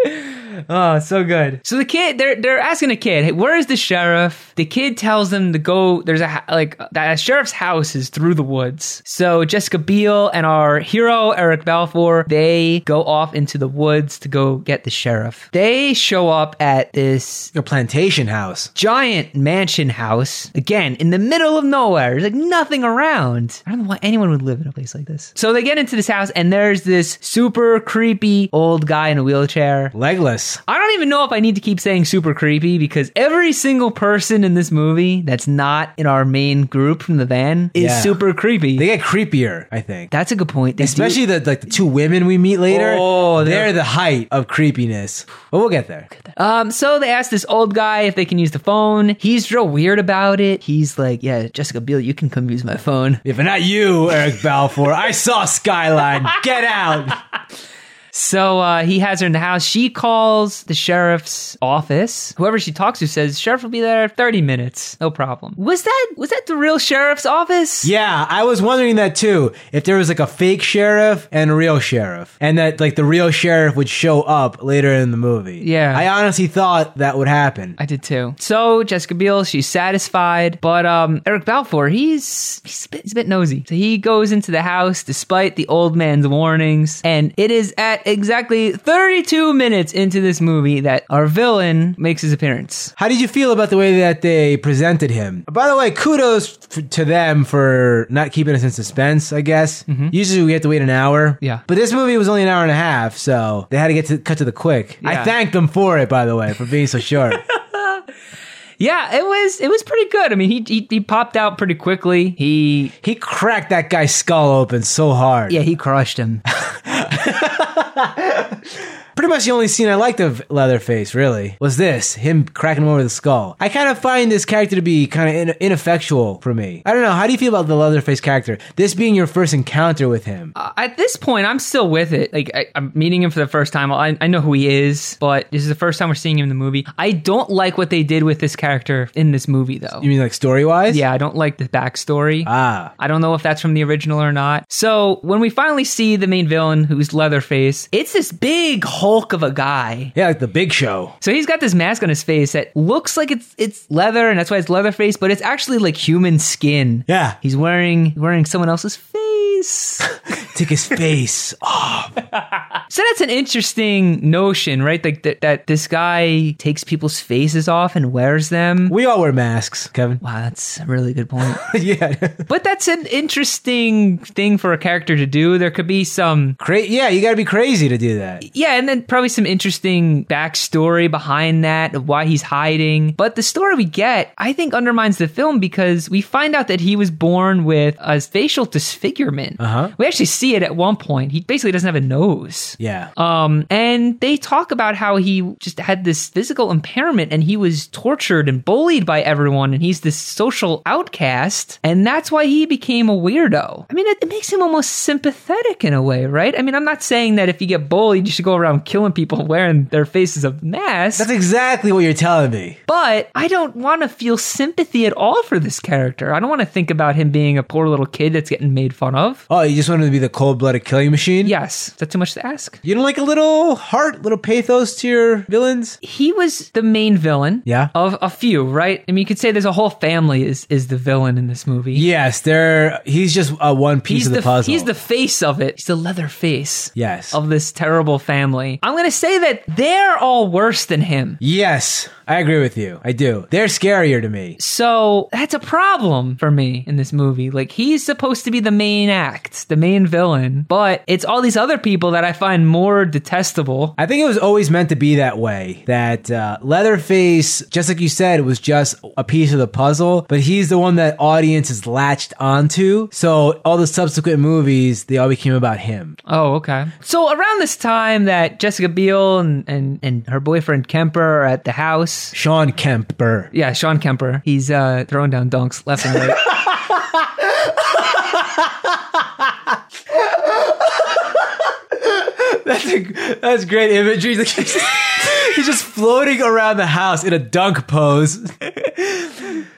Speaker 2: Oh, so good. So the kid, they're they're asking a kid, hey, where is the sheriff? The kid tells them to go. There's a ho- like that sheriff's house is through the woods. So Jessica Biel and our hero Eric Balfour, they go off into the woods to go get the sheriff. They show up at this
Speaker 1: A plantation house.
Speaker 2: giant mansion house again in the middle of nowhere there's like nothing around i don't know why anyone would live in a place like this so they get into this house and there's this super creepy old guy in a wheelchair
Speaker 1: Legless.
Speaker 2: I don't even know if I need to keep saying super creepy because every single person in this movie that's not in our main group from the van is
Speaker 1: Yeah.
Speaker 2: super creepy.
Speaker 1: They get creepier, I think.
Speaker 2: that's a good point. They do-
Speaker 1: Especially the like the two women we meet later.
Speaker 2: Oh,
Speaker 1: they're,
Speaker 2: they're-
Speaker 1: the height of creepiness. But we'll get there.
Speaker 2: Um, so they asked this old guy if they can use the phone. He's real weird about it. He's like, "Yeah, Jessica Biel, you can come use my phone."
Speaker 1: If not you, Eric Balfour, I saw Skyline. Get out.
Speaker 2: So uh, he has her in the house. She calls the sheriff's office. Whoever she talks to says sheriff will be there thirty minutes, no problem. Was that was that the real sheriff's office?
Speaker 1: Yeah, I was wondering that too. If there was like a fake sheriff and a real sheriff, and that like the real sheriff would show up later in the movie.
Speaker 2: Yeah.
Speaker 1: I honestly thought that would happen.
Speaker 2: I did too. So Jessica Biel, she's satisfied, but um, Eric Balfour, he's he's a, bit, he's a bit nosy. So he goes into the house despite the old man's warnings, and it is at exactly 32 minutes into this movie that our villain makes his appearance.
Speaker 1: How did you feel about the way that they presented him? By the way, kudos f- to them for not keeping us in suspense, I guess. Usually we have to wait an hour.
Speaker 2: Mm-hmm. Yeah.
Speaker 1: But this movie was only an hour and a half, so they had to get to cut to the quick. I
Speaker 2: Yeah.
Speaker 1: thanked them for it, by the way, for being so
Speaker 2: [LAUGHS]
Speaker 1: short.
Speaker 2: Yeah, it was it was pretty good. I mean, he he, he popped out pretty quickly. He
Speaker 1: he cracked that guy's skull open so hard.
Speaker 2: yeah, he crushed him.
Speaker 1: Pretty much the only scene I liked of Leatherface, really, was this him cracking him over the skull. I kind of find this character to be kind of in- ineffectual for me. I don't know. How do you feel about the Leatherface character? This being your first encounter with him.
Speaker 2: Uh, At this point, I'm still with it. Like I, I'm meeting him for the first time. I, I know who he is, but this is the first time we're seeing him in the movie. I don't like what they did with this character in this movie, though.
Speaker 1: You mean like story wise?
Speaker 2: Yeah, I don't like the backstory.
Speaker 1: Ah.
Speaker 2: I don't know if that's from the original or not. So when we finally see the main villain, who's Leatherface, it's this big hulk of a guy.
Speaker 1: Yeah, like the big show.
Speaker 2: So he's got this mask on his face that looks like it's it's leather, and that's why it's Leatherface, but it's actually like human skin.
Speaker 1: Yeah.
Speaker 2: he's wearing wearing someone else's face.
Speaker 1: It's took his face [LAUGHS] off.
Speaker 2: So that's an interesting notion, right? Like that, that this guy takes people's faces off and wears them.
Speaker 1: We all wear masks, Kevin.
Speaker 2: Wow, that's a really good point.
Speaker 1: [LAUGHS] yeah.
Speaker 2: but that's an interesting thing for a character to do. There could be some
Speaker 1: Cra- yeah, you gotta be crazy to do that.
Speaker 2: yeah, and then probably some interesting backstory behind that of why he's hiding. But the story we get, I think, undermines the film because we find out that he was born with a facial disfigurement.
Speaker 1: Uh-huh.
Speaker 2: We actually see it at one point. He basically doesn't have a nose.
Speaker 1: Yeah.
Speaker 2: Um, and they talk about how he just had this physical impairment and he was tortured and bullied by everyone and he's this social outcast and that's why he became a weirdo. I mean, it, it makes him almost sympathetic in a way, right? I mean, I'm not saying that if you get bullied, you should go around killing people [LAUGHS] wearing their faces a mask.
Speaker 1: That's exactly what you're telling me.
Speaker 2: But I don't want to feel sympathy at all for this character. I don't want to think about him being a poor little kid that's getting made fun of.
Speaker 1: Oh, you just wanted to be the cold blooded killing machine?
Speaker 2: Yes, is that too much to ask?
Speaker 1: You don't like a little heart, little pathos to your villains?
Speaker 2: he was the main villain
Speaker 1: Yeah.
Speaker 2: of a few right i mean you could say there's a whole family is is the villain in this movie
Speaker 1: Yes, they're he's just uh, one piece
Speaker 2: he's
Speaker 1: of the, puzzle.
Speaker 2: he's the face of it he's the leather face
Speaker 1: Yes.
Speaker 2: of this terrible family i'm gonna say that they're all worse than him
Speaker 1: yes, I agree with you. I do. They're scarier to me.
Speaker 2: so that's a problem for me in this movie like he's supposed to be the main act the main villain but it's all these other people that i find more detestable
Speaker 1: I think it was always meant to be that way. That uh, Leatherface, just like you said, was just a piece of the puzzle, but he's the one that audience is latched onto. So all the subsequent movies, they all became about him.
Speaker 2: Oh, okay. So around this time that Jessica Biel and, and, and her boyfriend Kemper are at the house.
Speaker 1: Sean Kemper. [LAUGHS]
Speaker 2: Yeah, Sean Kemper. He's uh, throwing down dunks left and right.
Speaker 1: That's a, that's great imagery. Like, [LAUGHS] he's, he's just floating around the house in a dunk pose.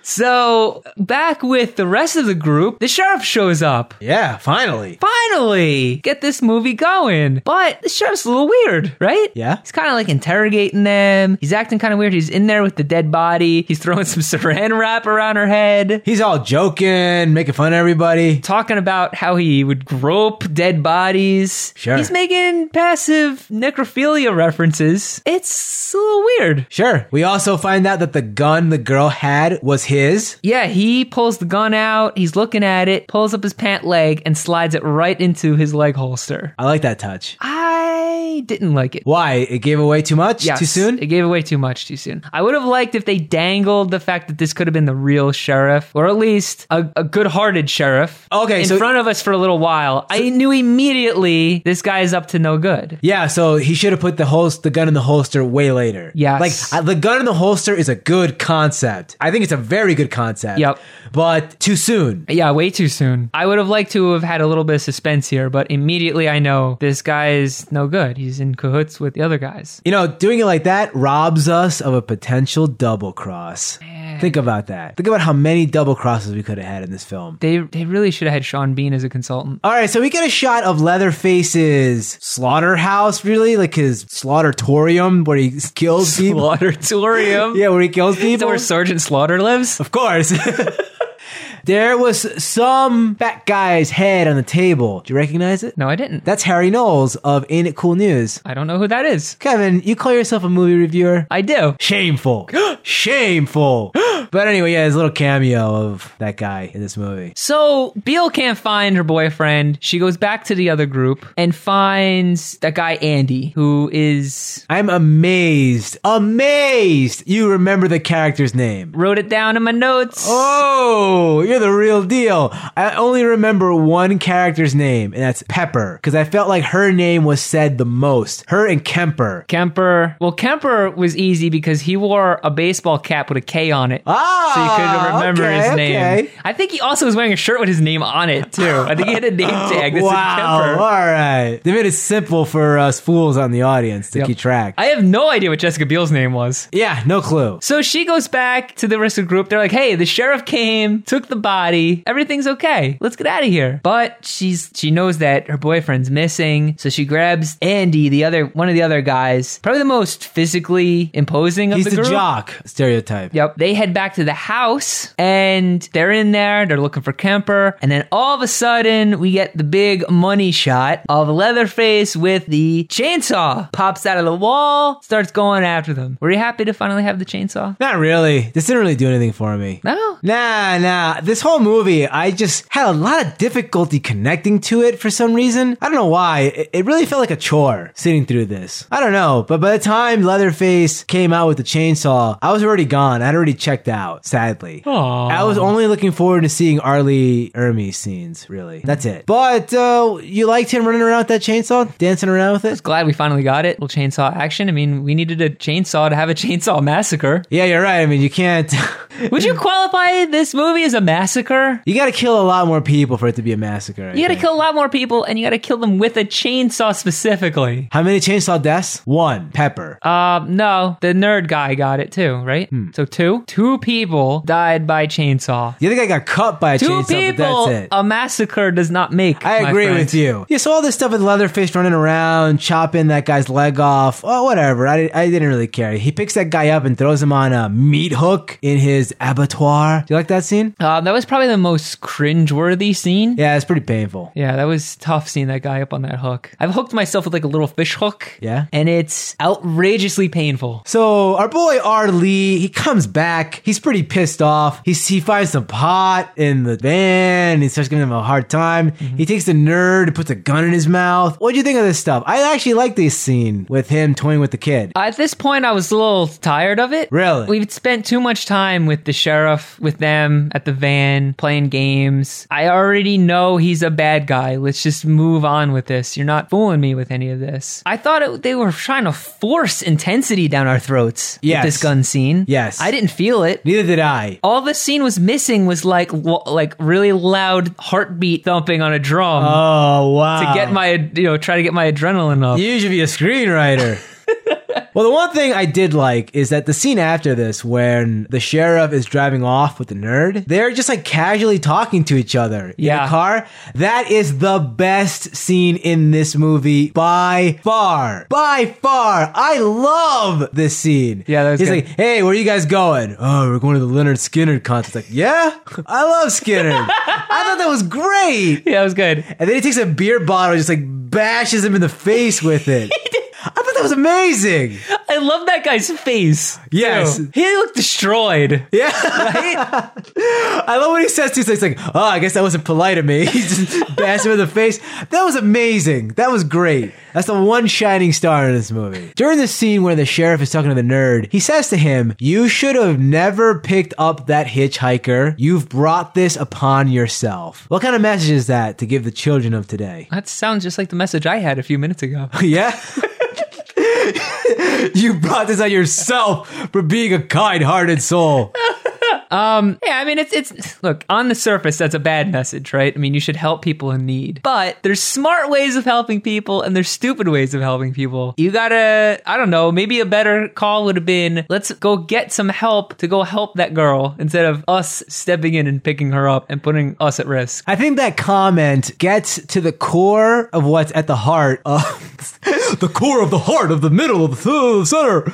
Speaker 2: so back with the rest of the group, the sheriff shows up.
Speaker 1: Yeah, finally.
Speaker 2: Finally, get this movie going. But the sheriff's a little weird, right?
Speaker 1: Yeah.
Speaker 2: He's kind of like interrogating them. He's acting kind of weird. He's in there with the dead body. He's throwing [LAUGHS] some saran wrap around her head.
Speaker 1: He's all joking, making fun of everybody.
Speaker 2: talking about how he would grope dead bodies.
Speaker 1: Sure.
Speaker 2: He's making passive necrophilia references. It's a little weird.
Speaker 1: Sure. We also find out that the gun the girl had was his.
Speaker 2: Yeah, he pulls the gun out, he's looking at it, pulls up his pant leg, and slides it right into his leg holster.
Speaker 1: I like that touch.
Speaker 2: I didn't like it.
Speaker 1: Why? It gave away too much?
Speaker 2: Yes,
Speaker 1: Too soon?
Speaker 2: It gave away too much too soon. I would have liked if they dangled the fact that this could have been the real sheriff, or at least a, a good hearted sheriff.
Speaker 1: Okay,
Speaker 2: in
Speaker 1: so-
Speaker 2: front of us for a little while. I knew immediately this guy is up to no good.
Speaker 1: yeah, so he should have put the holst, the gun in the holster way later.
Speaker 2: Yes.
Speaker 1: like uh, the gun in the holster is a good concept. I think it's a very good concept.
Speaker 2: Yep.
Speaker 1: but too soon.
Speaker 2: Yeah, way too soon. I would have liked to have had a little bit of suspense here, but immediately I know this guy is no good. He's in cahoots with the other guys.
Speaker 1: You know, doing it like that robs us of a potential double cross. Think about that. Think about how many double crosses we could have had in this film.
Speaker 2: They they really should have had Sean Bean as a consultant. [LAUGHS]
Speaker 1: All right, so we get a shot of Leatherface's slaughterhouse, really, like his slaughtertorium where he kills people.
Speaker 2: Slaughtertorium.
Speaker 1: [LAUGHS] Yeah, where he kills
Speaker 2: Is that
Speaker 1: people.
Speaker 2: where Sergeant Slaughter lives?
Speaker 1: Of course. [LAUGHS] there was some fat guy's head on the table. Do you recognize it?
Speaker 2: No, I didn't.
Speaker 1: That's Harry Knowles of Ain't It Cool News.
Speaker 2: I don't know who that is.
Speaker 1: Kevin, you call yourself a movie reviewer?
Speaker 2: I do.
Speaker 1: Shameful. [GASPS] Shameful. [GASPS] but anyway, yeah, his little cameo of that guy in this movie.
Speaker 2: So Beale can't find her boyfriend. She goes back to the other group and finds that guy Andy, who is
Speaker 1: I'm amazed. Amazed you remember the character's name.
Speaker 2: wrote it down in my notes.
Speaker 1: Oh, you're the real deal. I only remember one character's name, and that's Pepper, because I felt like her name was said the most. Her and Kemper.
Speaker 2: Kemper. Well, Kemper was easy because he wore a baseball cap with a K on it. So you
Speaker 1: Ah,
Speaker 2: could remember
Speaker 1: okay,
Speaker 2: his name.
Speaker 1: okay.
Speaker 2: I think he also was wearing a shirt with his name on it too. I think he had
Speaker 1: [GASPS]
Speaker 2: a name tag that
Speaker 1: wow!
Speaker 2: said Kemper.
Speaker 1: All right, they made it simple for us fools on the audience to
Speaker 2: Yep.
Speaker 1: keep track.
Speaker 2: I have no idea what Jessica Biel's name was.
Speaker 1: yeah, no clue.
Speaker 2: So she goes back to the rest of the group. They're like, "Hey, the sheriff came, took the body. Everything's okay. Let's get out of here. But she's she knows that her boyfriend's missing, so she grabs Andy, the other one of the other guys, probably the most physically imposing of
Speaker 1: He's
Speaker 2: the
Speaker 1: the,
Speaker 2: group.
Speaker 1: jock stereotype.
Speaker 2: Yep. They head back to the house and they're in there. They're looking for Kemper. And then all of a sudden, we get the big money shot of Leatherface with the chainsaw. Pops out of the wall, starts going after them. Were you happy to finally have the chainsaw?
Speaker 1: Not really. This didn't really do anything for me.
Speaker 2: No.
Speaker 1: Nah, nah. This whole movie, I just had a lot of difficulty connecting to it for some reason. I don't know why. It, it really felt like a chore sitting through this. I don't know. But by the time Leatherface came out with the chainsaw, I was already gone. I'd already checked out, sadly.
Speaker 2: Aw.
Speaker 1: I was only looking forward to seeing Arlie Ermy scenes, really. That's it. But uh, you liked him running around with that chainsaw, dancing around with it?
Speaker 2: Glad we finally got it. Little chainsaw action. I mean, we needed a chainsaw to have a chainsaw massacre.
Speaker 1: Yeah, you're right. I mean, you can't. [LAUGHS]
Speaker 2: Would you qualify this movie as a massacre?
Speaker 1: you gotta kill a lot more people for it to be a massacre. I
Speaker 2: You gotta
Speaker 1: think.
Speaker 2: kill a lot more people, and you gotta kill them with a chainsaw specifically.
Speaker 1: How many chainsaw deaths? One. Pepper.
Speaker 2: Uh, no, the nerd guy got it too, right?
Speaker 1: Hmm.
Speaker 2: So two, two people died by chainsaw.
Speaker 1: The other guy got cut by a
Speaker 2: Two
Speaker 1: chainsaw,
Speaker 2: people,
Speaker 1: but that's it.
Speaker 2: a massacre does not make.
Speaker 1: I
Speaker 2: my
Speaker 1: agree
Speaker 2: friend.
Speaker 1: with you. You saw all this stuff with Leatherface running around, chopping that guy's leg off. Oh, whatever. I, I didn't really care. He picks that guy up and throws him on a meat hook in his abattoir. Do you like that scene?
Speaker 2: Uh, that was probably the most cringeworthy scene.
Speaker 1: Yeah, it's pretty painful.
Speaker 2: Yeah, that was tough seeing that guy up on that hook. I've hooked myself with like a little fish hook.
Speaker 1: Yeah?
Speaker 2: And it's outrageously painful.
Speaker 1: So our boy R. Lee, he comes back. He's pretty pissed off. He he finds some pot in the van. He starts giving him a hard time.
Speaker 2: Mm-hmm.
Speaker 1: He takes the nerd and puts a gun in his mouth. What do you think of this stuff? I actually like this scene with him toying with the kid.
Speaker 2: At this point, I was a little tired of it.
Speaker 1: Really?
Speaker 2: We've spent too much time with the sheriff, with them at the van, playing games. I already know he's a bad guy. Let's just move on with this. You're not fooling me with any of this. I thought it, they were trying to force intensity down our throats
Speaker 1: Yes.
Speaker 2: with this gun scene.
Speaker 1: Yes.
Speaker 2: I didn't feel it.
Speaker 1: Neither did I.
Speaker 2: All the scene was missing was like w- like really loud heartbeat thumping on a drum
Speaker 1: Oh wow!
Speaker 2: to get my you know try to get my adrenaline up.
Speaker 1: You should be a
Speaker 2: [LAUGHS]
Speaker 1: screenwriter. well, the one thing I did like is that the scene after this, when the sheriff is driving off with the nerd, they're just like casually talking to each other in
Speaker 2: Yeah.
Speaker 1: the car. That is the best scene in this movie by far. By far. I love this scene.
Speaker 2: Yeah, that was
Speaker 1: He's like,
Speaker 2: good.
Speaker 1: hey, where are you guys going? Oh, we're going to the Leonard Skinner concert. Like, yeah, I love Skinner.
Speaker 2: [LAUGHS]
Speaker 1: I thought that was great.
Speaker 2: Yeah, it was good.
Speaker 1: And then he takes a beer bottle and just like bashes him in the face with it. I thought that was amazing.
Speaker 2: I love that guy's face.
Speaker 1: Yes.
Speaker 2: too. He looked destroyed.
Speaker 1: Yeah. [LAUGHS] I love what he says too. So he's like, oh, I guess that wasn't polite of me. [LAUGHS] He just bashed him in the face. That was amazing. That was great. That's the one shining star in this movie. During the scene where the sheriff is talking to the nerd, he says to him, You should have never picked up that hitchhiker. You've brought this upon yourself. What kind of message is that to give the children of today?
Speaker 2: That sounds just like the message I had a few minutes ago. [LAUGHS]
Speaker 1: Yeah. you brought this on yourself for being a kind-hearted soul.
Speaker 2: Yeah, I mean it's it's look, on the surface that's a bad message, right? I mean you should help people in need. But there's smart ways of helping people and there's stupid ways of helping people. You got to I don't know, maybe a better call would have been let's go get some help to go help that girl instead of us stepping in and picking her up and putting us at risk.
Speaker 1: I think that comment gets to the core of what's at the heart of [LAUGHS] the core of the heart of the middle of the center.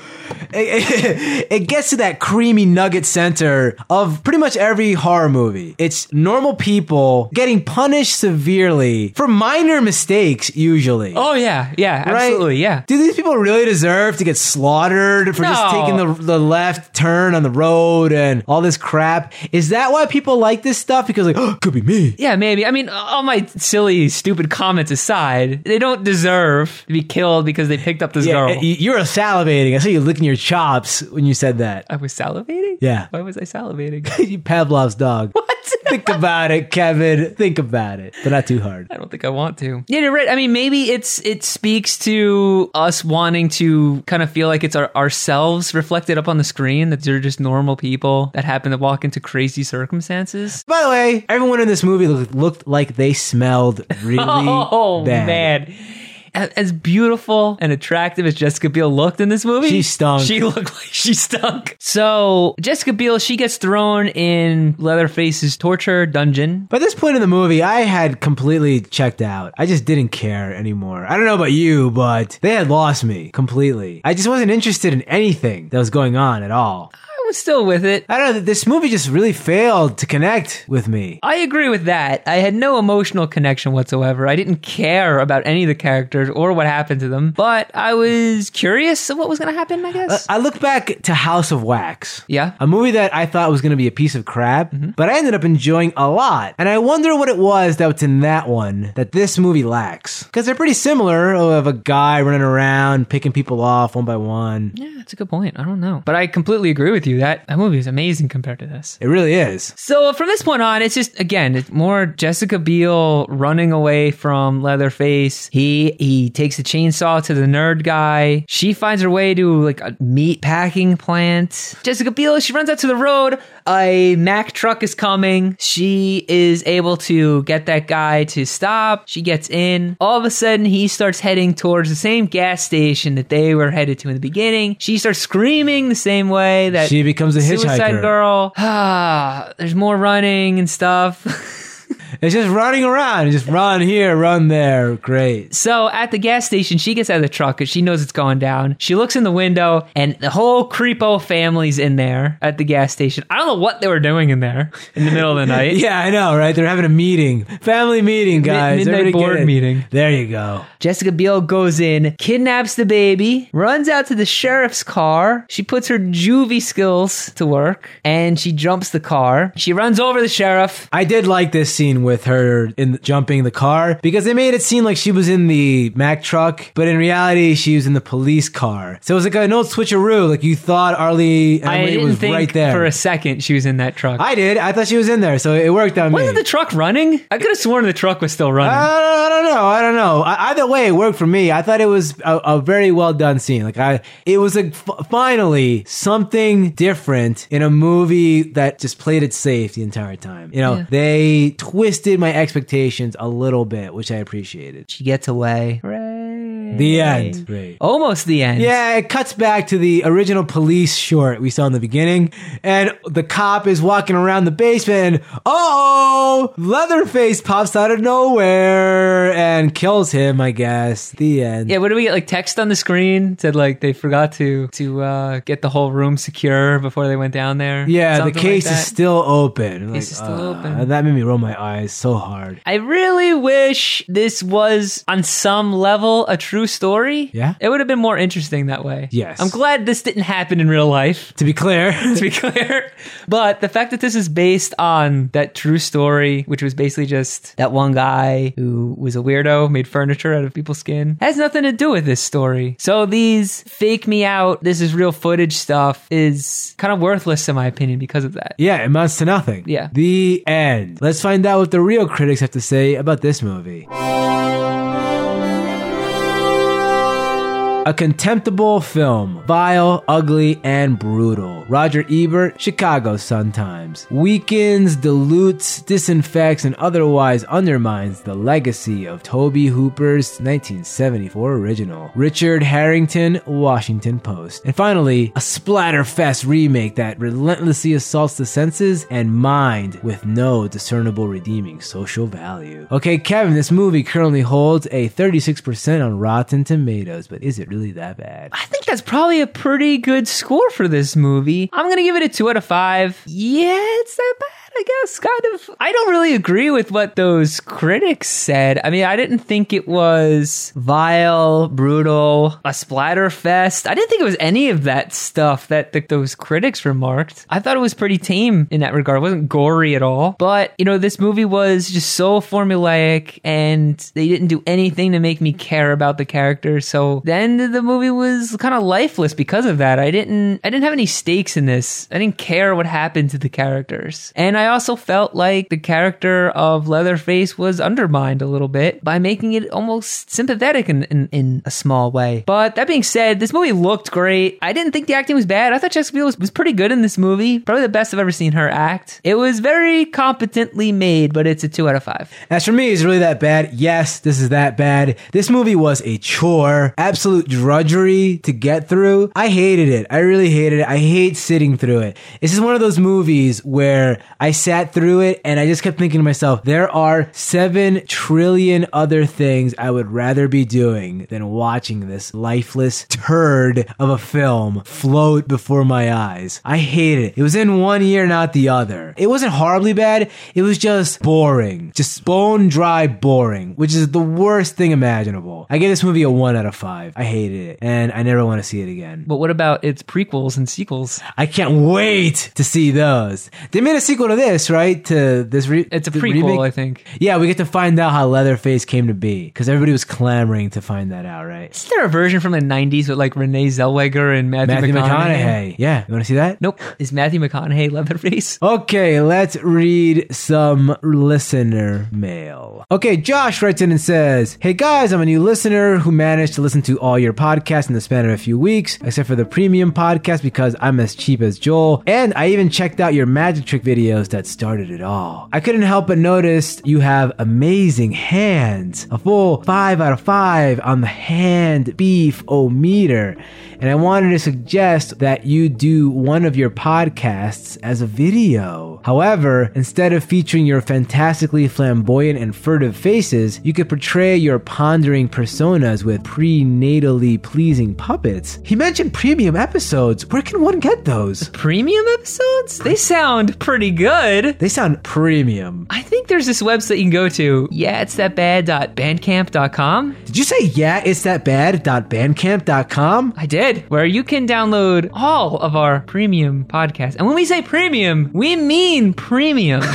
Speaker 1: It, it gets to that creamy nugget center of pretty much every horror movie. It's normal people getting punished severely for minor mistakes usually.
Speaker 2: Oh yeah, yeah,
Speaker 1: Right?
Speaker 2: absolutely, yeah.
Speaker 1: Do these people really deserve to get slaughtered for just
Speaker 2: No.
Speaker 1: taking the, the left turn on the road and all this crap? Is that why people like this stuff? Because, like, [GASPS] oh, could be me.
Speaker 2: Yeah, maybe. I mean, all my silly, stupid comments aside, they don't deserve to be killed because they picked up this
Speaker 1: Yeah,
Speaker 2: girl.
Speaker 1: y- you were salivating. I saw you licking your chops when you said that. [LAUGHS]
Speaker 2: I was salivating?
Speaker 1: Yeah.
Speaker 2: Why was I salivating? [LAUGHS]
Speaker 1: You Pavlov's dog.
Speaker 2: what?
Speaker 1: Think about it, Kevin. Think about it, but not too hard.
Speaker 2: I don't think I want to. Yeah, you're right. I mean, maybe it's it speaks to us wanting to kind of feel like it's our, ourselves reflected up on the screen that they're just normal people that happen to walk into crazy circumstances.
Speaker 1: By the way, everyone in this movie looked, looked like they smelled really
Speaker 2: [LAUGHS] oh
Speaker 1: bad.
Speaker 2: man. a- as beautiful and attractive as Jessica Biel looked in this movie,
Speaker 1: She stunk.
Speaker 2: She looked like she stunk. So Jessica Biel, she gets thrown in Leatherface's torture dungeon.
Speaker 1: By this point in the movie, I had completely checked out. I just didn't care anymore. I don't know about you, but they had lost me completely. I just wasn't interested in anything that was going on at all.
Speaker 2: I was still with it.
Speaker 1: I don't know, this movie just really failed to connect with me.
Speaker 2: I agree with that. I had no emotional connection whatsoever. I didn't care about any of the characters or what happened to them, but I was curious of what was going to happen, I guess.
Speaker 1: Uh, I look back to House of Wax.
Speaker 2: Yeah.
Speaker 1: A movie that I thought was going to be a piece of crap, but I ended up enjoying a lot. And I wonder what it was that was in that one that this movie lacks. Because they're pretty similar of a guy running around, picking people off one by one.
Speaker 2: yeah, that's a good point. I don't know. But I completely agree with you. That, that movie is amazing compared to this.
Speaker 1: It really is.
Speaker 2: So from this point on, it's just again, it's more Jessica Biel running away from Leatherface. He he takes the chainsaw to the nerd guy. She finds her way to like a meat packing plant. Jessica Biel, she runs out to the road. A Mack truck is coming. She is able to get that guy to stop. She gets in. All of a sudden, he starts heading towards the same gas station that they were headed to in the beginning. She starts screaming the same way that
Speaker 1: She becomes a
Speaker 2: Suicide
Speaker 1: hitchhiker.
Speaker 2: Girl. [SIGHS] Ah, there's more running and stuff. [LAUGHS]
Speaker 1: It's just running around. Just run here, run there. Great.
Speaker 2: so at the gas station, she gets out of the truck because she knows it's going down. She looks in the window, and the whole creepo family's in there at the gas station. I don't know what they were doing in there in the
Speaker 1: [LAUGHS]
Speaker 2: middle of the night.
Speaker 1: Yeah, I know, right? They're having a meeting. Family meeting, guys.
Speaker 2: midnight
Speaker 1: Everybody get
Speaker 2: board
Speaker 1: it.
Speaker 2: meeting.
Speaker 1: There you go.
Speaker 2: Jessica Biel goes in, kidnaps the baby, runs out to the sheriff's car. She puts her juvie skills to work, and she jumps the car. She runs over the sheriff.
Speaker 1: I did like this scene with her in jumping the car because they made it seem like she was in the Mack truck, but in reality, she was in the police car. So it was like an old switcheroo. Like you thought Arlie
Speaker 2: I
Speaker 1: Emily
Speaker 2: didn't
Speaker 1: was
Speaker 2: think
Speaker 1: right there.
Speaker 2: for a second she was in that truck.
Speaker 1: I did. I thought she was in there, so it worked on
Speaker 2: Wasn't
Speaker 1: me.
Speaker 2: the truck running? I could have sworn the truck was still
Speaker 1: I
Speaker 2: running.
Speaker 1: don't- I don't know. I don't know. I, either way, it worked for me. I thought it was a, a very well done scene. Like I, it was a f- finally something different in a movie that just played it safe the entire time. You know,
Speaker 2: Yeah.
Speaker 1: they twisted my expectations a little bit, which I appreciated.
Speaker 2: she gets away. Hooray.
Speaker 1: The end. Great.
Speaker 2: Almost the end.
Speaker 1: Yeah, it cuts back to the original police short we saw in the beginning, and the cop is walking around the basement, and oh, Leatherface pops out of nowhere and kills him, I guess. The end.
Speaker 2: Yeah, what do we get? Like text on the screen said like they forgot to to uh, get the whole room secure before they went down there.
Speaker 1: Yeah,
Speaker 2: Something
Speaker 1: the
Speaker 2: like
Speaker 1: case
Speaker 2: that.
Speaker 1: is still open.
Speaker 2: Case is still open.
Speaker 1: and That made me roll my eyes so hard.
Speaker 2: I really wish this was on some level a true story.
Speaker 1: Yeah?
Speaker 2: It would have been more interesting that way.
Speaker 1: Yes.
Speaker 2: I'm glad this didn't happen in real life.
Speaker 1: To be clear, [LAUGHS]
Speaker 2: [LAUGHS] to be clear. But the fact that this is based on that true story, which was basically just that one guy who was a weirdo, made furniture out of people's skin, has nothing to do with this story. So these fake me out, this is real footage stuff is kind of worthless in my opinion because of that.
Speaker 1: yeah, it amounts to nothing.
Speaker 2: Yeah.
Speaker 1: The end. Let's find out what the real critics have to say about this movie. A contemptible film, vile, ugly, and brutal. Roger Ebert, Chicago Sun-Times. Weakens, dilutes, disinfects, and otherwise undermines the legacy of Toby Hooper's 1974 original. Richard Harrington, Washington Post. And finally, a splatterfest remake that relentlessly assaults the senses and mind with no discernible redeeming social value. Okay, Kevin, this movie currently holds a 36% on Rotten Tomatoes, but is it really that bad?
Speaker 2: I think that's probably a pretty good score for this movie. I'm gonna give it a two out of five. Yeah, it's that bad, I guess. Kind of. I don't really agree with what those critics said. I mean, I didn't think it was vile, brutal, a splatter fest. I didn't think it was any of that stuff that th- those critics remarked. I thought it was pretty tame in that regard. It wasn't gory at all. But you know, this movie was just so formulaic, and they didn't do anything to make me care about the characters. So the end of the movie was kind of lifeless because of that. I didn't, I didn't have any stakes in this. I didn't care what happened to the characters, and I also felt like the character of Leatherface was undermined a little bit by making it almost sympathetic in, in, in a small way. But that being said, this movie looked great. I didn't think the acting was bad. I thought Jessica Biel was, was pretty good in this movie. Probably the best I've ever seen her act. It was very competently made, but it's a two out of five.
Speaker 1: As for me, is it really that bad? Yes, this is that bad. This movie was a chore, absolute drudgery to get through. I hated it. I really hated it. I hate sitting through it. This is one of those movies where I sat through it and I just kept thinking to myself, there are seven trillion other things I would rather be doing than watching this lifeless turd of a film float before my eyes. I hate it. It was in one ear, not the other. It wasn't horribly bad. It was just boring. Just bone dry boring, which is the worst thing imaginable. I give this movie a one out of five. I hated it and I never want to see it again.
Speaker 2: But what about its prequels and sequels?
Speaker 1: I can't wait to see those. They made a sequel to this, right? To this re-
Speaker 2: It's a
Speaker 1: the
Speaker 2: prequel,
Speaker 1: remake?
Speaker 2: I think.
Speaker 1: Yeah, we get to find out how Leatherface came to be because everybody was clamoring to find that out, right?
Speaker 2: Is there a version from the 90s with like Renee Zellweger and Matthew,
Speaker 1: Matthew
Speaker 2: McConaughey?
Speaker 1: McConaughey. Yeah, you want to see that?
Speaker 2: Nope. Is Matthew McConaughey Leatherface?
Speaker 1: Okay, let's read some listener mail. Okay, Josh writes in and says, Hey guys, I'm a new listener who managed to listen to all your podcasts in the span of a few weeks, except for the premium podcast because I'm as cheap as Joel. And I even checked out your magic trick videos that started it all. I couldn't help but notice you have amazing hands. A full 5 out of 5 on the hand beef o meter. And I wanted to suggest that you do one of your podcasts as a video. However, instead of featuring your fantastically flamboyant and furtive faces, you could portray your pondering personas with prenatally pleasing puppets. He mentioned premium episodes. Where can one get those?
Speaker 2: Premium episodes? They sound pretty good.
Speaker 1: They sound premium.
Speaker 2: I think there's this website you can go to. Yeah, it's that bad.bandcamp.com.
Speaker 1: Did you say yeah, it's that bad.bandcamp.com?
Speaker 2: I did, where you can download all of our premium podcasts. And when we say premium, we mean premium.
Speaker 1: [LAUGHS]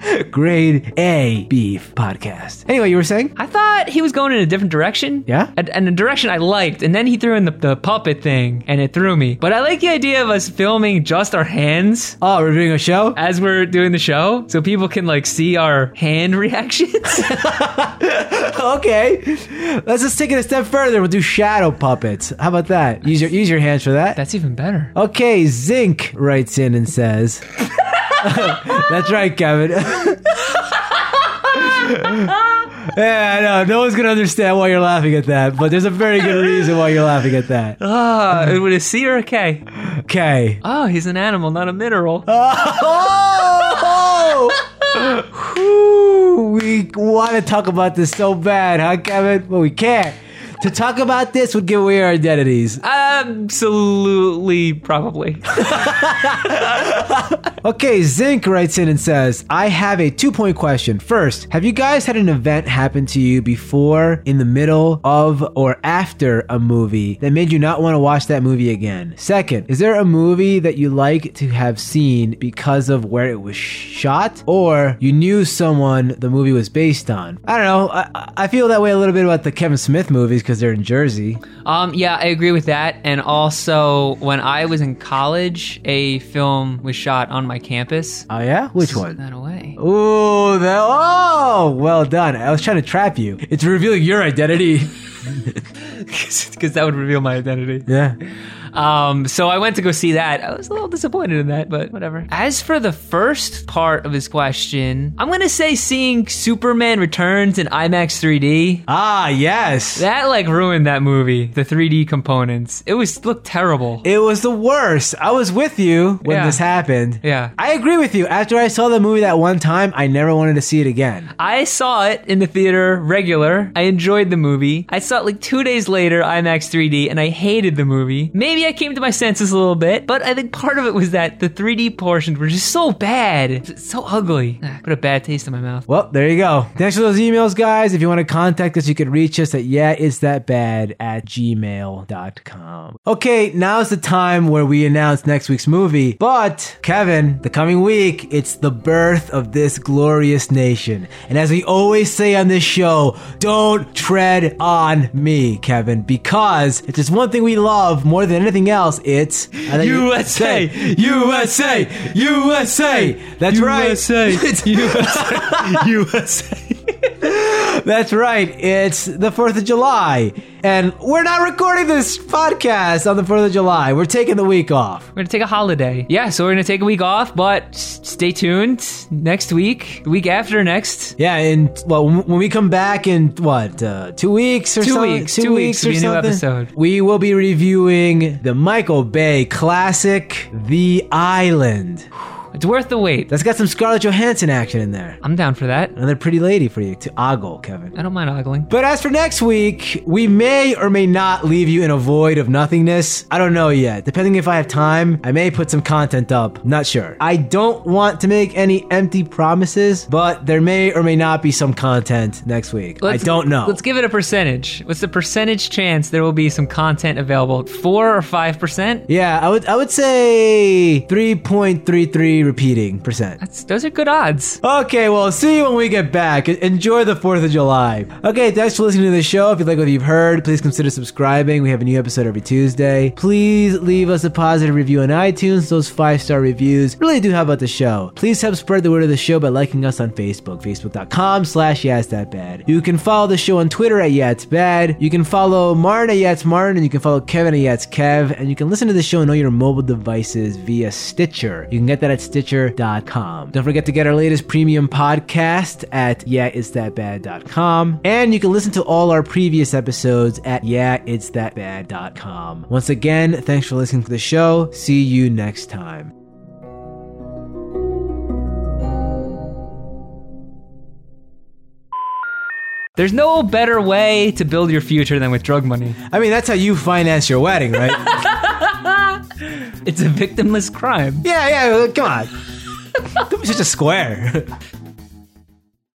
Speaker 2: [LAUGHS]
Speaker 1: Grade A beef podcast. Anyway, you were saying?
Speaker 2: I thought he was going in a different direction.
Speaker 1: Yeah?
Speaker 2: And, and a direction I liked. And then he threw in the, the puppet thing and it threw me. But I like the idea of us filming just our hands
Speaker 1: Oh, we're doing a show? [LAUGHS]
Speaker 2: as we're doing the show so people can like see our hand [LAUGHS] reactions.
Speaker 1: Okay, let's just take it a step further. We'll do shadow puppets. How about that? Use your use your hands for that.
Speaker 2: That's even better.
Speaker 1: Okay, Zinc writes in and says, [LAUGHS] "That's right, Kevin." [LAUGHS] yeah, I know. No one's gonna understand why you're laughing at that, but there's a very good reason why you're laughing at that.
Speaker 2: Ah, it would a C or a K?
Speaker 1: Okay.
Speaker 2: Oh, he's an animal, not a mineral.
Speaker 1: Oh! Whew, [LAUGHS] we want to talk about this so bad, huh, Kevin? But we can't. To talk about this would give away our identities.
Speaker 2: Absolutely, probably.
Speaker 1: Okay, Zinc writes in and says, I have a two point question. First, have you guys had an event happen to you before, in the middle of, or after a movie that made you not want to watch that movie again? Second, is there a movie that you like to have seen because of where it was shot, or you knew someone the movie was based on? I don't know. I, I- I feel that way a little bit about the Kevin Smith movies because they're in Jersey.
Speaker 2: [LAUGHS] Um, yeah, I agree with that. And also, when I was in college, a film was shot on my campus.
Speaker 1: Oh, yeah? Which one?
Speaker 2: That away.
Speaker 1: Ooh, that, oh, well done. I was trying to trap you. It's revealing your identity. [LAUGHS]
Speaker 2: [LAUGHS] Because that would reveal my identity.
Speaker 1: Yeah.
Speaker 2: Um, so I went to go see that. I was a little disappointed in that, but whatever. As for the first part of his question, I'm gonna say seeing Superman Returns in IMAX 3D.
Speaker 1: Ah, yes.
Speaker 2: That like ruined that movie. The 3D components. It was looked terrible.
Speaker 1: it was the worst. I was with you when
Speaker 2: Yeah.
Speaker 1: this happened.
Speaker 2: Yeah.
Speaker 1: I agree with you. After I saw the movie that one time, I never wanted to see it again.
Speaker 2: I saw it in the theater regular. I enjoyed the movie. I saw it like two days later, IMAX 3D, and I hated the movie. Maybe I came to my senses a little bit, but I think part of it was that the 3D portions were just so bad, It's so ugly. Ah, Put a bad taste in my mouth.
Speaker 1: Well, there you go. Thanks for those emails, guys. If you want to contact us, you can reach us at yeah, it's that bad at gmail.com. Okay, now's the time where we announce next week's movie. But, Kevin, the coming week, it's the birth of this glorious nation. And as we always say on this show, don't tread on me, Kevin, because it's just one thing we love more than anything else, it's I think-
Speaker 2: USA,
Speaker 1: USA, USA. [LAUGHS] That's
Speaker 2: USA,
Speaker 1: right. It's- [LAUGHS]
Speaker 2: USA, USA.
Speaker 1: That's right. It's the 4th of July. And we're not recording this podcast on the 4th of July. We're taking the week off.
Speaker 2: [LAUGHS] We're gonna take a holiday. Yeah, so we're gonna take a week off, but s- stay tuned. Next week, the week after next,
Speaker 1: Yeah, and well, when when we come back in what, uh, two weeks or
Speaker 2: Two
Speaker 1: something?
Speaker 2: weeks, two weeks will be a new episode.
Speaker 1: We will be reviewing the Michael Bay classic, The Island.
Speaker 2: it's worth the wait.
Speaker 1: That's got some Scarlett Johansson action in there.
Speaker 2: I'm down for that.
Speaker 1: Another pretty lady for you to ogle, Kevin.
Speaker 2: I don't mind ogling.
Speaker 1: But as for next week, we may or may not leave you in a void of nothingness. I don't know yet. Depending if I have time, I may put some content up. Not sure. I don't want to make any empty promises, but there may or may not be some content next week. I don't know.
Speaker 2: Let's give it a percentage. What's the percentage chance there will be some content available? Four or five percent?
Speaker 1: yeah, I would I would say 3.33 repeating percent.
Speaker 2: That's those are good odds.
Speaker 1: Okay, well, see you when we get back. En- Enjoy the 4th of July. Okay, thanks for listening to the show. If you like what you've heard, please consider subscribing. We have a new episode every Tuesday. Please leave us a positive review on iTunes. Those five star reviews really do help out the show. Please help spread the word of the show by liking us on Facebook, facebook.com slash yasthatbad. You can follow the show on Twitter at yatsbad. You can follow Martin at yatsmartin, and you can follow Kevin at yatskev, and you can listen to the show on all your mobile devices via Stitcher. You can get that at stitcher.com. Don't forget to get our latest premium podcast at yeahitsthatbad.com. And you can listen to all our previous episodes at yeahitsthatbad.com. Once again, thanks for listening to the show. See you next time.
Speaker 2: There's no better way to build your future than with drug money.
Speaker 1: I mean, that's how you finance your wedding, right?
Speaker 2: It's a victimless crime.
Speaker 1: yeah, yeah, come on. Don't be such a square. [LAUGHS]